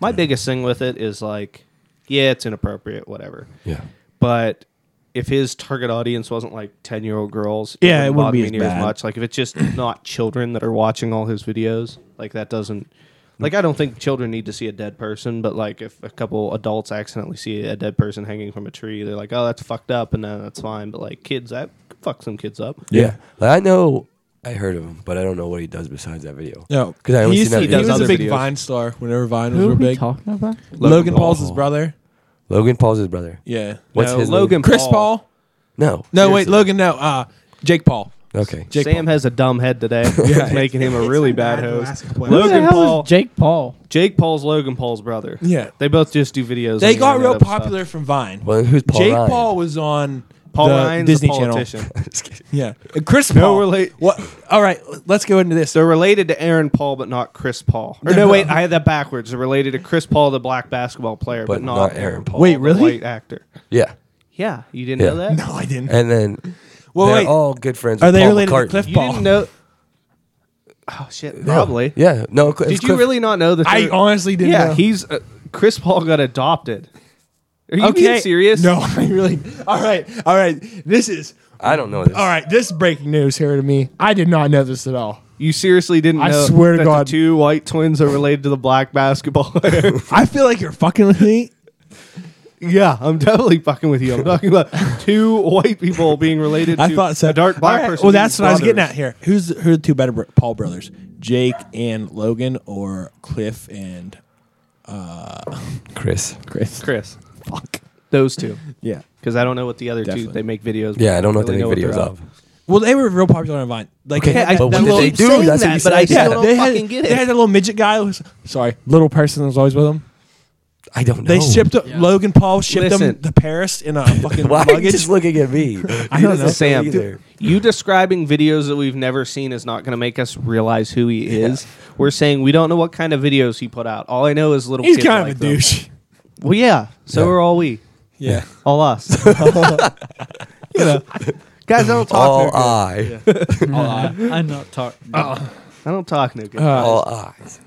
My biggest thing with it is like, yeah, it's inappropriate, whatever. Yeah. But if his target audience wasn't like ten year old girls, Yeah, it wouldn't bother be me as near bad. much. Like if it's just not children that are watching all his videos, like that doesn't. Like I don't think children need to see a dead person, but like if a couple adults accidentally see a dead person hanging from a tree, they're like, "Oh, that's fucked up," and then that's fine. But like kids, that could fuck some kids up. Yeah. Like, I know I heard of him, but I don't know what he does besides that video. No, 'Cause I only he, seen that he video. was a Other big videos. Vine star. Whenever Vine was Who are real we big, talking about? Logan, Logan Paul's Paul. his brother. Logan Paul's his brother. Yeah, What's No, his Logan Name? Chris Paul. No. No, wait, seriously. Logan. No, uh, Jake Paul. Okay. Jake Sam has a dumb head today, It's making him a really bad host. Who the Logan hell Paul. is Jake Paul? Jake Paul's Logan Paul's brother. Yeah. they both just do videos. on They the got internet real of stuff. popular from Vine. Well, who's Paul? Jake Ryan? Paul was on Paul the Ryan's Disney a Channel. politician. Just kidding. Yeah, Uh, Chris No Paul. relate- What? All right, let's go into this. They're related to Aaron Paul, but not Chris Paul. Or no, wait, I had that backwards. They're related to Chris Paul, the black basketball player, but, But not, not Aaron, Aaron Paul, Paul. Wait, the really? white actor. Yeah. Yeah, you didn't Yeah. know that. no, I didn't. And then Well, they're wait. all good friends. Are with they Paul related to McCartney. Cliff you Paul? didn't know. Oh shit! Yeah. Probably. Yeah. No. Cl- Did it's you Cliff- really not know that? I they're- honestly didn't. Uh, Yeah, know. he's uh, Chris Paul got adopted. Are you okay. being serious? No, I really. All right, all right. This is I don't know this. all right. This is breaking news here to me. I did not know this at all. you seriously didn't. I know swear to that God. the two white twins are related to the black basketball. player? I feel like you're fucking with me. Yeah, I'm definitely fucking with you. I'm talking about two white people being related. I to thought so. A dark black All right, person. Well, being that's what I was getting brothers. at here. Who's who are the two better br- Paul brothers? Jake and Logan, or Cliff and Chris. Chris? Chris. Fuck. Those two, Yeah. because I don't know what the other two. Definitely. They make videos. but Yeah. I don't know if they really make videos they're of. Well, they were real popular on Vine. Like, Okay, I- but what that did little- they keep do? saying That's what that, he but I said. still yeah, don't they had, fucking get They it. had that little midget guy. Who was, sorry, little person that was always with them. I don't know. They shipped up, Logan Paul shipped Listen. them to Paris in a fucking Why are you luggage. just looking at me? I don't know. Sam, either. you describing videos that we've never seen is not going to make us realize who he is. We're saying we don't know what kind of videos he put out. All I know is little. He's kids kind like of a them. douche. Well, yeah. So Yeah. are all we. Yeah. All us. you know, guys, I don't talk. no All good. I. I'm not talking. I don't talk no good. All eyes.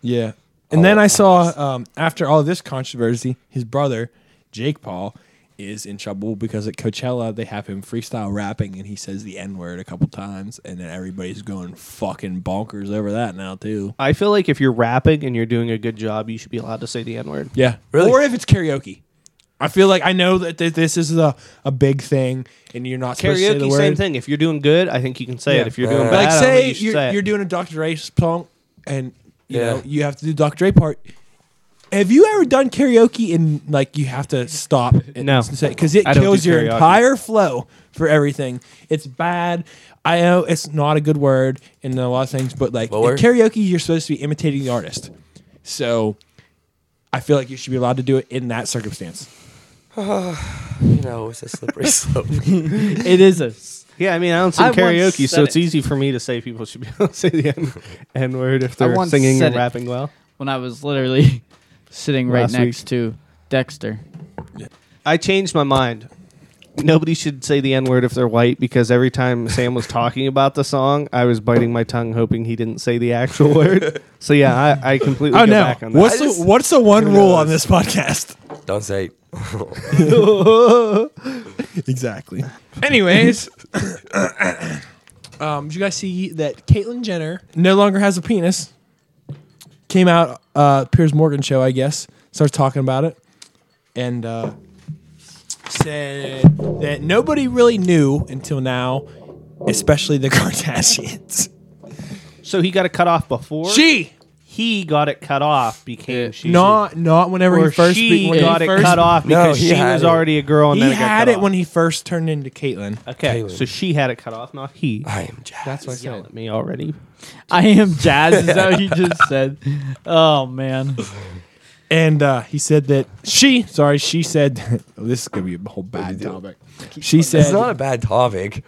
Yeah. Oh, And then I saw um, after all this controversy, his brother, Jake Paul, is in trouble because at Coachella they have him freestyle rapping and he says the N word a couple times and then everybody's going fucking bonkers over that now too. I feel like if you're rapping and you're doing a good job, you should be allowed to say the N word. Yeah. Really? Or if it's karaoke. I feel like I know that th- this is a, a big thing and you're not supposed to say the Karaoke, word. same thing. If you're doing good, I think you can say Yeah. it. If you're doing Uh, But bad, like I don't think say you should you're, say it. you're doing a Dr. Dre song and you Yeah. know you have to do Dr. Dre part. Have you ever done karaoke and like you have to stop and No. because it I don't kills do your karaoke. entire flow for everything. It's bad. I know it's not a good word in a lot of things, but like Lower? in karaoke, you're supposed to be imitating the artist. So I feel like you should be allowed to do it in that circumstance. You know, it's a slippery slope. it is a. s- yeah, I mean, I don't sing I once karaoke, so said it's it. easy for me to say people should be able to say the N word if I they're once singing said and it. rapping well. When I was literally sitting right Last next to Dexter. I changed my mind. Nobody should say the N word if they're white because every time Sam was talking about the song, I was biting my tongue hoping he didn't say the actual word. So yeah, I, I completely Oh go no! back on that. What's I the, just- what's the one rule on this podcast? Don't say. "Oh, Exactly. Anyways, um, did you guys see that Caitlyn Jenner no longer has a penis? Came out uh, Piers Morgan show, I guess. Starts talking about it, and uh, said that nobody really knew until now, especially the Kardashians. So he got a cut off before? She he got it cut off became she. Not not whenever or he first she be- when got he it first, cut off No, because he she had was it. already a girl and He then it got had cut it off. when he first turned into Caitlyn. Okay, Caleb. so she had it cut off, not he. I am jazzed. That's what I He's yelling said. at me already. I am jazz. Is that what you just said? Oh man. And uh, he said that she, sorry, she said, this is gonna be a whole bad topic. She It's said, not a bad topic.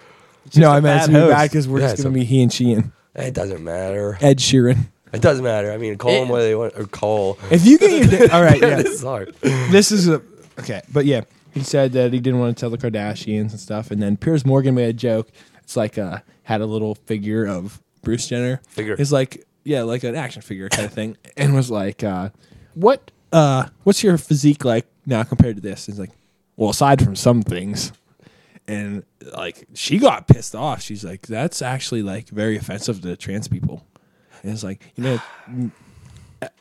no, I a meant it's bad gonna be host. bad because we're Yeah, just it's gonna a- be he and she and It doesn't matter. Ed Sheeran. It doesn't matter. I mean, call It- them whether they want or call. If you get your, all right, yeah, It's hard. this is a okay, but yeah, he said that he didn't want to tell the Kardashians and stuff, and then Piers Morgan made a joke. It's like uh had a little figure of Bruce Jenner. Figure. It's like yeah, like an action figure kind of thing, and was like, uh, what uh, what's your physique like now compared to this? He's like, well, aside from some things. And like she got pissed off. She's like, "That's actually like very offensive to trans people." And it's like, you know,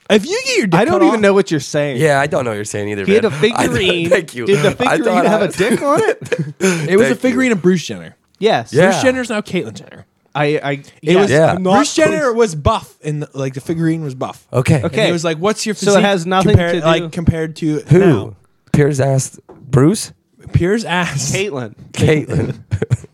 if you get your, dick I don't cut off- even know what you're saying. Yeah, I don't know what you're saying either. He had a man. I don't- figurine. Thank you. Did the I figurine thought have I- a dick on it? It was a Thank you. figurine of Bruce Jenner. yes. Yeah. Bruce Jenner's now Caitlyn Jenner. I. I It yes. was Yeah. Not Bruce Jenner was buff, and like the figurine was buff. Okay. And it was like, "What's your So it physique?" has nothing compared, to do- like compared to Who? now? Piers asked Bruce. Pierce ass. Caitlyn. Caitlin.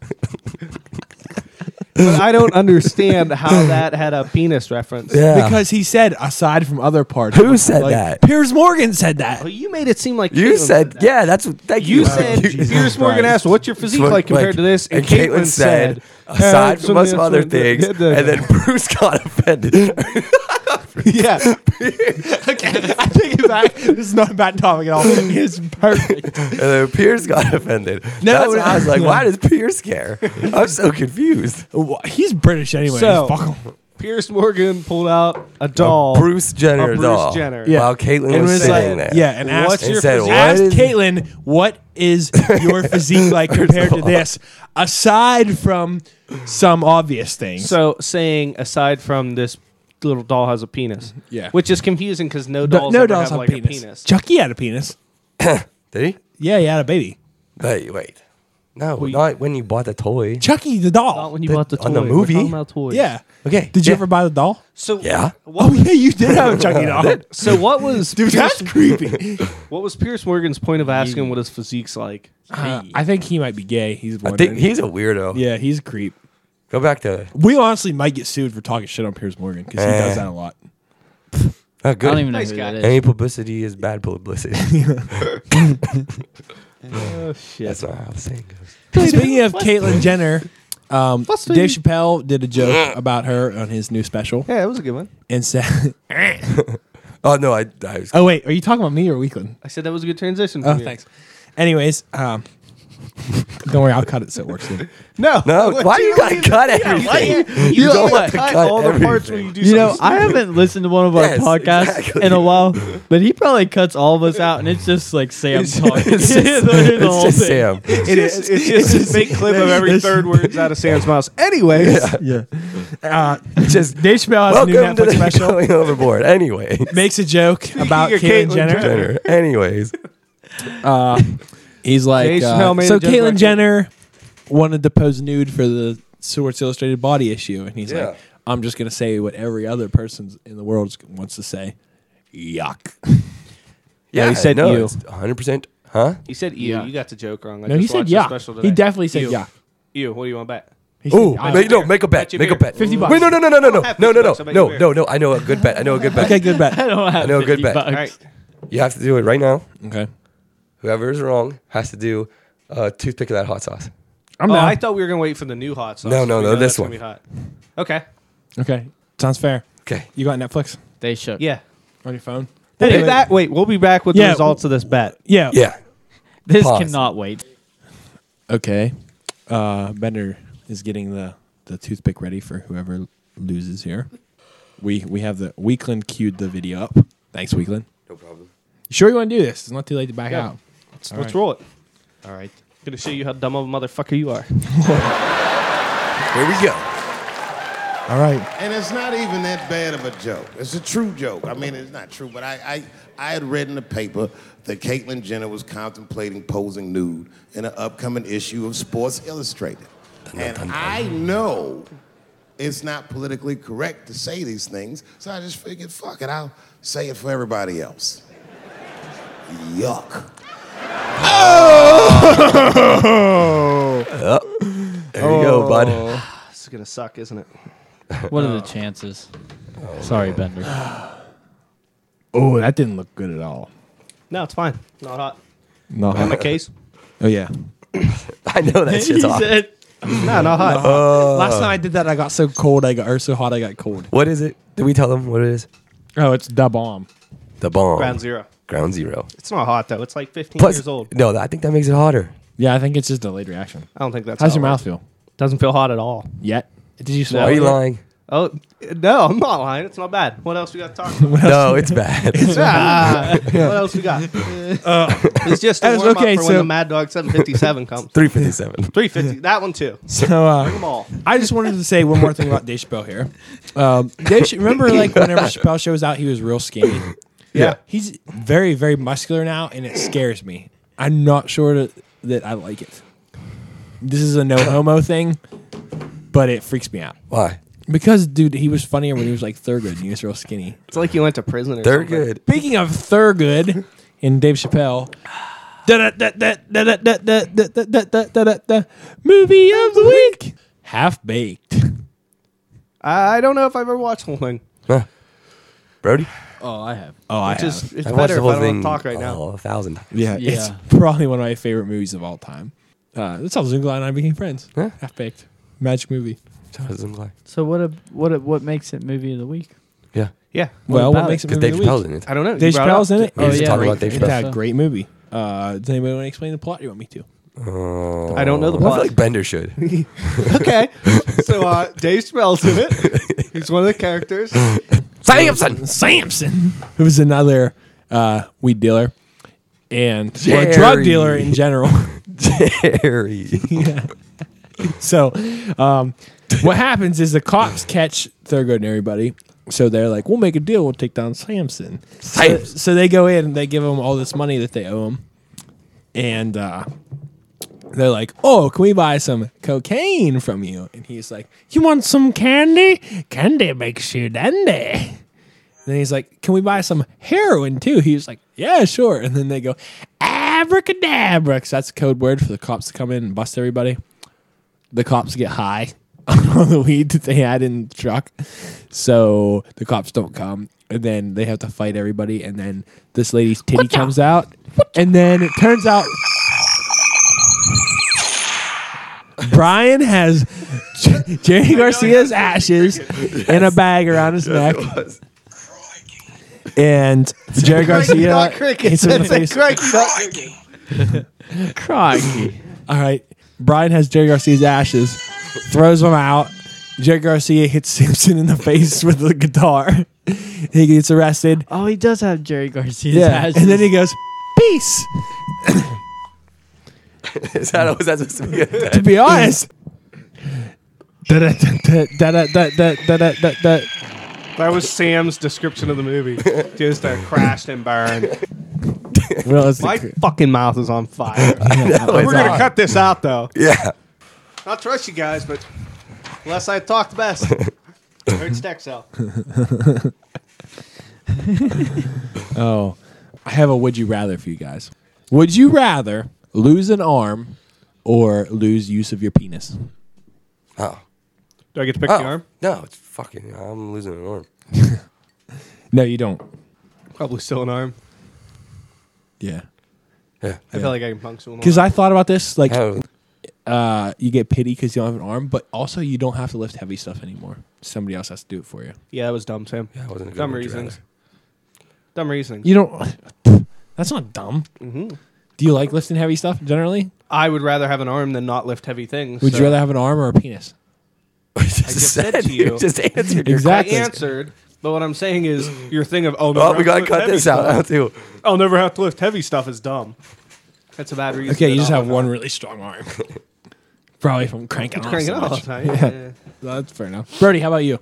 But I don't understand how that had a penis reference. yeah. Because he said, aside from other parts, Who said like, that? Piers Morgan said that. Well, you made it seem like you Caitlyn said that. yeah. That's what. Thank you. You said Jesus Pierce Morgan Christ. asked, "What's your physique Like- like compared to this?" and Caitlin said, "Uh, aside from us something other else we- things, yeah, the- and then Bruce got offended. yeah, I take it back. This is not a bad topic at all. It's perfect. And then Pierce got offended. No, That's why I was like, no. why does Pierce care? I'm so confused. Wha- He's British anyway. So- Fuck him. Pierce Morgan pulled out a doll. Bruce Jenner a Bruce doll. Jenner. Yeah. While Caitlyn And was, was sitting like- there. yeah, and asked What's And your said, physique? "What Ask is- Caitlyn, what is your physique like compared to this, aside from some obvious things? So saying aside from this little doll has a penis, Yeah. which is confusing because no D- dolls no ever dolls have, have like penis. a penis. Chucky had a penis. Did he? Yeah, he had a baby. Wait, wait. No, not when you bought the toy. Chucky the Not doll. when you The- bought the toy. on the We're movie? talking about toys. Yeah. Okay. Did you yeah. ever buy the doll? So Yeah. What oh was, yeah, you did have a Chucky doll. so what was Dude, that's Pierce, creepy. what was Pierce Morgan's point of asking what his physique's like? Uh, I think he might be gay. He's I one. think he's a weirdo. yeah, he's a creep. Go back to. We honestly might get sued for talking shit on Piers Morgan because he Eh. does that a lot. Oh, I good. don't even know Nice who guy. that is. Any publicity is bad publicity. Oh shit! That's not how the saying goes. Speaking of Caitlyn Jenner, um, What's the- Dave Chappelle did a joke about her on his new special Yeah, that was a good one. and said, Oh no, I, I was "Oh wait, are you talking about me or Weakland?" I said that was a good transition. Oh, from you. thanks. Anyways, um, don't worry, I'll cut it so it works. In. No, No, What why do you gotta cut everything? why you, You gotta don't have to cut cut all the parts where everything. you do You know, something I haven't listened to one of our Yes, podcasts exactly. in a while, but he probably cuts all of us out, and it's just like Sam talking. It's just, Through the it's whole just thing. Sam. It is. It's just a big clip of every third words out of Sam's mouth. Anyways, Yeah. Uh, Just Dave Chappelle has a new welcome to Netflix the special. going overboard. Anyway, Makes a joke about of Caitlyn Caitlyn Jenner. Jenner. Anyways, Uh, he's like, Dave uh, Chappelle made so a joke about Caitlyn Caitlyn- Jenner wanted to pose nude for the Swords Illustrated body issue, and he's Yeah. like, I'm just gonna say what every other person in the world wants to say. Yuck. yeah, he said you. 100. percent Huh? you said ew. Yeah. You got the joke wrong. I No, he just said watched the yuck. special today. He definitely said Ew. yuck. Ew. What do you want back? He Oh, said yuck. make, no, make a bet. Bet you Make a beer. bet. 50 bucks. Wait, no, no, no, no, no, no, have no, 50 no, bucks, I no, bet you no, beer. no, no. I know a good bet. I know a good bet. Okay, good bet. I don't have. I know a good 50 bet. Uh, bucks. All right. You have to do it right now. Okay. Whoever is wrong has to do a toothpick of that hot sauce. I'm Oh, not. I thought we were gonna wait for the new hot sauce. No, so no, we no, know this that's gonna one. be hot. Okay. okay. Sounds fair. Okay. You got Netflix They shook. Yeah. on your phone? We'll Anyway. be back. Wait, we'll be back with Yeah. the results of this bet. Yeah. Yeah. This Pause. cannot wait. Okay. Uh, Bender is getting the, the toothpick ready for whoever loses here. We we have the Weekland queued the video up. Thanks, Weekland. No problem. You sure you want to do this? It's not too late to back Yeah. out. Let's, All let's right. roll it. All right. Gonna show you how dumb of a motherfucker you are. Here we go. All right. And it's not even that bad of a joke. It's a true joke. I mean, it's not true, but I, I, I had read in the paper that Caitlyn Jenner was contemplating posing nude in an upcoming issue of Sports Illustrated. And I know it's not politically correct to say these things. So I just figured, fuck it, I'll say it for everybody else. Yuck. There you go, Oh. bud. This is gonna suck, isn't it? What are the chances? Sorry, Bender. Oh, that didn't look good at all. No, it's fine. Not hot. No. My case? Oh yeah. I know that shit's off. No, not hot. Last time I did that, I got so cold. I got or so hot. I got cold. What is it? Did we tell them what it is? Oh, it's da bomb. The bomb. Ground zero. Ground zero. It's not hot though. It's like 15 Plus, years old. no, I think that makes it hotter. Yeah, I think it's just delayed reaction. I don't think that's. How's how your it mouth works. feel? Doesn't feel hot at all. Yet? Did you Are swallow? you it? lying? Oh no, I'm not lying. It's not bad. What else we got to talk about? No, it's bad. Ah, what else we got? Uh, it's just a That was warm okay, up for when so- the Mad Dog 757 comes. 357. 350. That one too. So uh, Come on. I just wanted to say one more thing about Dave Chappelle here. Um, Dave, Ch- remember like whenever Chappelle shows out, he was real skinny. Yeah. He's very, very muscular now, and it scares me. I'm not sure that, that I like it. This is a no homo thing, but it freaks me out Why? because, dude, he was funnier when he was like Thurgood, and he was real skinny. It's like you went to prison. Or They're something. good. Speaking of Thurgood and Dave Chappelle. Da-da-da-da-da-da-da-da-da-da-da-da-da. Movie of the week, half baked. I I don't know if I've ever watched one thing. Huh. Brody? Oh, I have. Oh, I have. Just it's I watched better the if whole I don't thing. wanna talk right now. Oh, a thousand. Yeah, it's Yeah. probably one of my favorite movies of all time. Uh, that's how Zungla and I became friends. Yeah. Half baked, magic movie. Doesn't lie. So what? A, what? A, what makes it movie of the week? Yeah. Yeah. well, about what makes it Because movie Dave of the Chappelle's week? in it. I don't know. You Dave brought it Chappelle's up. in it. We used to talk yeah. about Dave It's Chappelle. a great movie. Uh, does anybody want to explain the plot? You want me to? Oh. I don't know the I feel plot. like Bender should. okay. So uh, Dave Chappelle's in it. He's one of the characters. Samson! Samson, who's another uh, weed dealer and or a drug Jerry. dealer in general. Jerry. so, um, what happens is the cops catch Thurgood and everybody. So they're like, "We'll make a deal. We'll take down Samson." Samson. so they go in and they give them all this money that they owe them, and uh, they're like, "Oh, can we buy some cocaine from you?" And he's like, "You want some candy? Candy makes you dandy." And then he's like, "Can we buy some heroin too?" He's like, "Yeah, sure." And then they go, "Abracadabra," 'cause that's a code word for the cops to come in and bust everybody. The cops get high on all the weed that they had in the truck, so the cops don't come. And then they have to fight everybody. And then this lady's titty comes out. And then it turns out Brian has J- Jerry Garcia's ashes in a bag around his neck. And Jerry Garcia not hits crickets. him in the It's a face. crikey, not crickets. Crikey. All right. Brian has Jerry Garcia's ashes, throws them out. Jerry Garcia hits Simpson in the face with the guitar. He gets arrested. oh, he does have Jerry Garcia's Yeah. ashes. And then he goes, Peace. Is that was that supposed to be a To be honest. Da-da-da-da-da-da-da-da-da-da. That was Sam's description of the movie. Just a crash and burn. Realistic- My fucking mouth is on fire. We're gonna cut this out though. Yeah. I trust you guys, but unless I talk the best, hurts Dexel. Oh, I have a would you rather for you guys. Would you rather lose an arm or lose use of your penis? Oh. Do I get to pick the Oh. arm? No, it's fucking. I'm losing an arm. No, you don't. Probably still an arm. Yeah. Yeah. I feel like I can puncture one. Because I thought about this, like Oh, uh, you get pity because you don't have an arm, but also you don't have to lift heavy stuff anymore. Somebody else has to do it for you. yeah, that was dumb, Sam. that wasn't a good dumb would you reasons. rather. Dumb reasons. You don't. That's not dumb. Mm-hmm. Do you like lifting heavy stuff generally? I would rather have an arm than not lift heavy things. Would so you rather have an arm or a penis? I just just said said to you. you. Just answered I your Exactly. answered, but what I'm saying is your thing of oh, Oh, never we have gotta to cut lift this heavy out now too. stuff- I'll never have to lift heavy stuff is dumb. That's a bad reason. Okay, to you just not have lift one really strong arm, probably from cranking on. Crank so it all the much. time. Yeah. That's fair enough. Brody, how about you?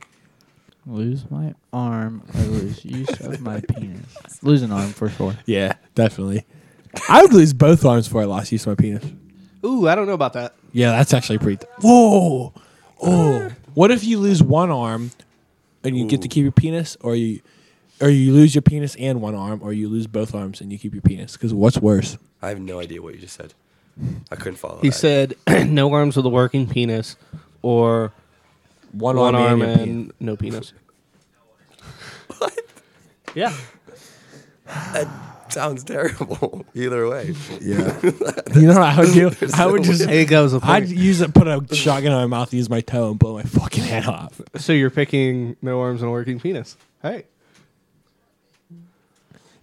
lose my arm or lose use of my penis. Lose an arm for sure. Yeah, definitely. I would lose both arms before I lost use of my penis. Ooh, I don't know about that. Yeah, that's actually pretty. Whoa. Oh, What if you lose one arm and you get to keep your penis, or you, or you lose your penis and one arm, or you lose both arms and you keep your penis? Because what's worse? I have no idea what you just said. I couldn't follow. He that. said no arms with a working penis, or One, one arm your penis. and no penis. what? Yeah. sounds terrible. Either way, Yeah. you know what I would do? I would just There goes the I'd use it, put a shotgun in my mouth, use my toe, and blow my fucking head off. So you're picking no arms and a working penis. Hey.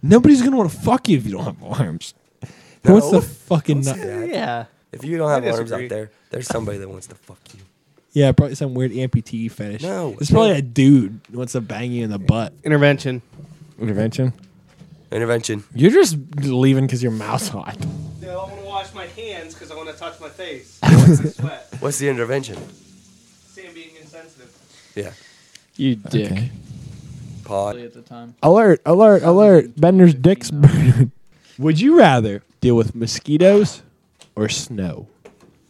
Nobody's gonna want to fuck you if you don't have arms. Who wants No. the fucking? nu- Yeah. Yeah. if you don't have I arms disagree. out there, there's somebody that wants to fuck you. yeah, probably some weird amputee fetish. No. it's probably a dude who wants to bang you in the butt. Intervention. Intervention. Intervention. You're just leaving because your mouth's hot. No, I want to wash my hands because I want to touch my face. sweat. What's the intervention? Sam being insensitive. Yeah. You dick. Okay. Pod. At the time. Alert! Alert! Alert! Bender's dick's burning. Would you rather deal with mosquitoes or snow?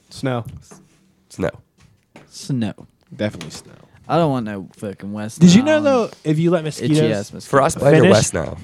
Snow. No. Snow. Definitely snow. I don't want no fucking West. Did you know though? Island If you let Itchy mosquitoes, ass mosquito. Frostbite or Finish? West now?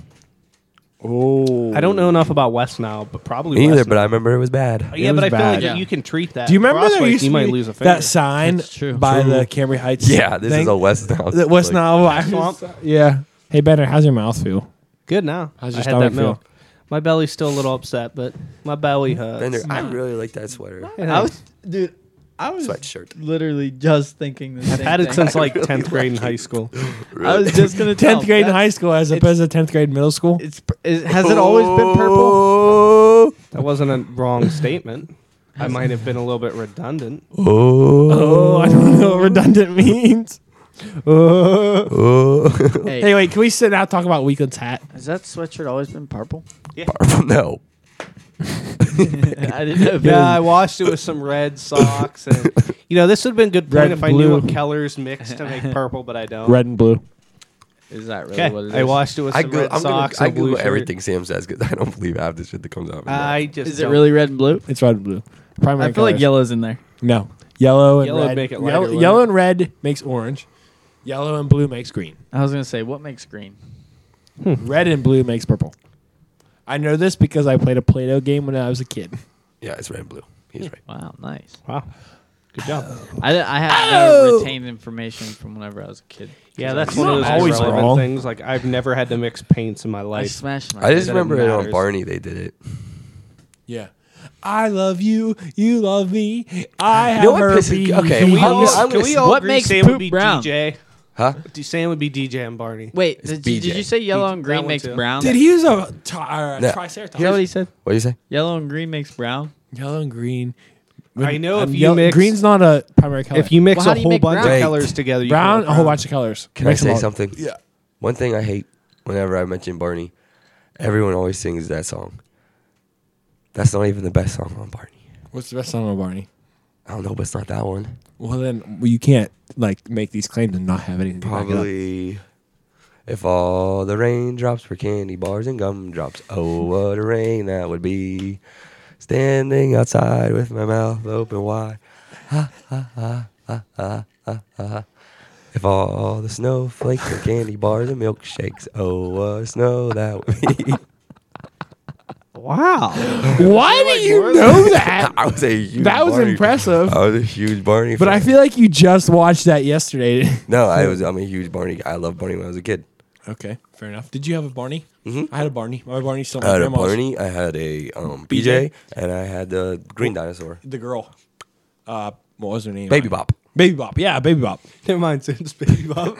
oh, I don't know enough about West now, but probably Me either, West but I now. remember it was bad. Yeah, It was but I feel like bad. Yeah. you can treat that. Do you remember there Frostbite, used to you might be lose a finger. that sign That's true. by True. the Camry Heights? Yeah, this thing? is a West now. The West Like, Nile Swamp. Yeah. Hey Benner, how's your mouth feel? Good now. How's your I had stomach that milk. My belly's still a little upset, but my belly hurts. Bender, I really like that sweater. I was, dude. I was Sweatshirt. literally just thinking the same I've had it thing. since like 10th grade in high school. I was just gonna tell. Tenth grade in that- high school, as opposed to tenth grade middle school. It's pr- is, has it always been purple? Oh, That wasn't a wrong statement. I might have been a little bit redundant. Oh, I don't know what redundant means. Oh. oh. Hey, Hey, wait, can we sit down and talk about Weekland's hat? has that sweatshirt always been purple? Purple, no. I didn't know. if it Yeah, I was- washed it with some red socks, and you know this would have been good point Red if I knew what blue. colors mixed to make purple, but I don't. Red and blue. is that really Okay, what it is? I washed it with I some go, red I'm gonna, socks. I a blue Google shirt. everything Sam says because I don't believe half the shit that comes out. of his mouth. I just Is it don't- really red and blue? It's red and blue. Primary I feel like colors. yellow's in there. No, yellow and Yellow would red. make it lighter, yellow, wouldn't yellow it? and red makes orange. Yellow and blue makes green. I was gonna say what makes green. Red and blue makes purple. I know this because I played a Play-Doh game when I was a kid. yeah, it's red and blue. He's right. Wow, nice. Oh! Wow, good job. I, I have no retained information from whenever I was a kid. Yeah, 'Cause that's I- one of those not always irrelevant wrong. things. Like I've never had to mix paints in my I life. smashed my. I just that it remember it on matters. Barney. They did it. Yeah. I love you. You love me. I have know what pisses- herpes. okay, Can we I'm all- just- I'm gonna we s- all what agree makes Sam would poop be brown? DJ? Huh? Do Sam would be DJ and Barney. Wait, It's did, did BJ. you say yellow and That green one makes too. brown? Did he use a, t- or a No. triceratops? Is that what he said? What do you say? Yellow and green makes brown. Yellow and green. I know if Um, you yellow- mix- green's not a primary color. If you mix Well, how a do you whole make bunch brown? of colors together, you brown, Oh, can a make whole bunch of colors. Can Mix I them say all. something? Yeah. One thing I hate whenever I mention Barney, everyone always sings that song. That's not even the best song on Barney. What's the best song on Barney? I don't know, but it's not that one. Well, then well, you can't like make these claims and not have anything. to back it up. Probably. If all the raindrops were candy bars and gumdrops, oh, what a rain that would be. Standing outside with my mouth open wide. If all the snowflakes were candy bars and milkshakes, oh, what a snow that would be. Wow. Why do you know that? I was a huge That was Barney- impressive. I was a huge Barney But I fan. feel like you just watched that yesterday. No, I was. I'm a huge Barney. guy. I loved Barney when I was a kid. okay, fair enough. Did you have a Barney? Mhm. I had a Barney. My Barney's still in I my had a grandma's. Barney. I had a um, BJ, and I had the green dinosaur. The girl. Uh, what was her name? Baby Bop. Baby Bop. Yeah, Baby Bop. Never mind, Sam's baby bop.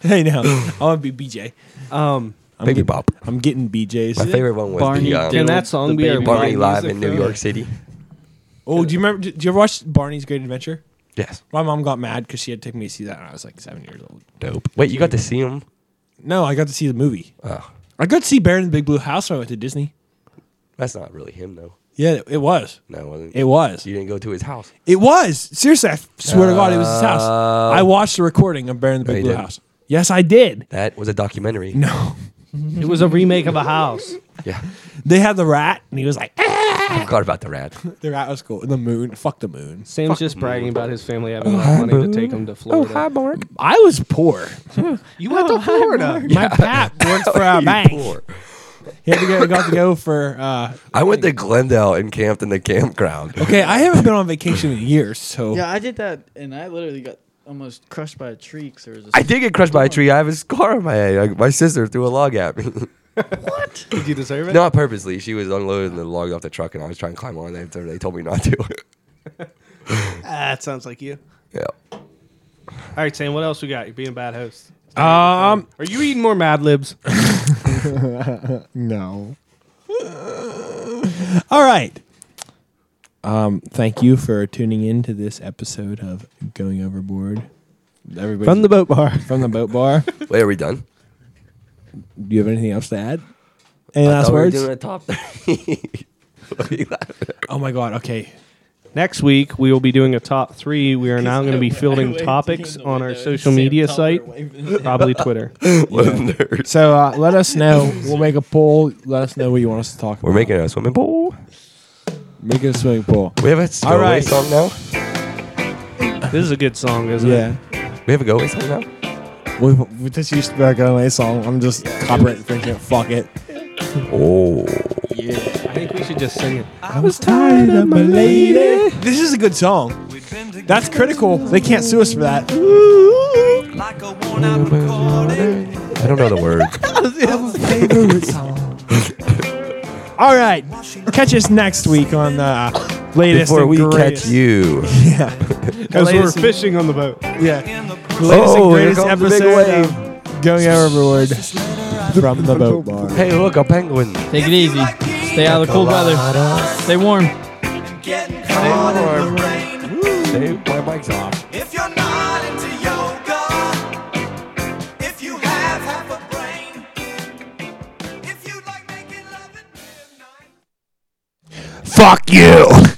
Hey, now I want to be BJ. um, I'm Baby getting, Bop. I'm getting BJ's. My favorite one was Barney the um, Can Diddle, that song the be our baby Barney Barney Live music in New film? York City. Oh, do you remember? Did you ever watch Barney's Great Adventure? Yes. My mom got mad because she had taken me to see that, and I was like seven years old. Dope. Wait, you got to see him? No, I got to see the movie. Oh, I got to see Bear in the Big Blue House when I went to Disney. that's not really him though. Yeah, it was. No, it wasn't. It was. You didn't go to his house. It was. Seriously, I swear to God, it was his house. No. I watched the recording of Bear in the No, Big you Blue didn't. House. Yes, I did. That was a documentary. No. It was a remake of a house. Yeah. They had the rat, and he was like, "Ah!" I forgot about the rat. The rat was cool. The moon. Fuck the moon. Sam's just bragging about his family having enough money to take him to Oh, Florida. Mark. I was poor. You went to Florida. My pap worked for a bank. He had to go, got to go for. Uh, I went to Glendale and camped in the campground. okay, I haven't been on vacation in years, so Yeah, I did that, and I literally got almost crushed by a tree because there was. A I did get crushed by a tree. I have a scar on my head. Like, my sister threw a log at me. Did you deserve it? not purposely. She was unloading the log off the truck, and I was trying to climb on it. They told me not to. Ah, it sounds like you. yeah. All right, Sam. What else we got? You're being a bad host. um, Are you eating more Mad Libs? no. All right. Um, thank you for tuning in to this episode of Going Overboard. Everybody From the boat bar. from the boat bar. Wait, are we done? Do you have anything else to add? Any I last thought we were words? doing a top 30. What are you laughing at? oh my god. Okay. Next week we will be doing a top three. We are now going to be fielding I waved topics in the on our window, social Sam media Tupper site, waved in the- probably Twitter. What a nerd. So uh, let us know. We'll make a poll. Let us know what you want us to talk about. We're making a swimming pool. make it a swimming pool. We have a s- All go away right. song now. This is a good song, isn't Yeah. it? We have a go away song now. We, we just used to be our going away song. I'm just copyright infringement. Fuck it. Oh. I think we should just sing it. I was tired of my lady. This is a good song. That's critical. They can't sue us for that. I don't know the words. All right. Catch us next week on the latest Before and we greatest. catch you. Because we're Latest- fishing on the boat. Yeah. The latest Oh, and here greatest comes the big episode of Going Overboard from the boat bar. hey, look, a penguin. Take it easy. Stay out of the cold weather. Stay warm. Hey, my mic's off. If you're not into yoga, if you have half a brain, if you like making love at midnight. Fuck you.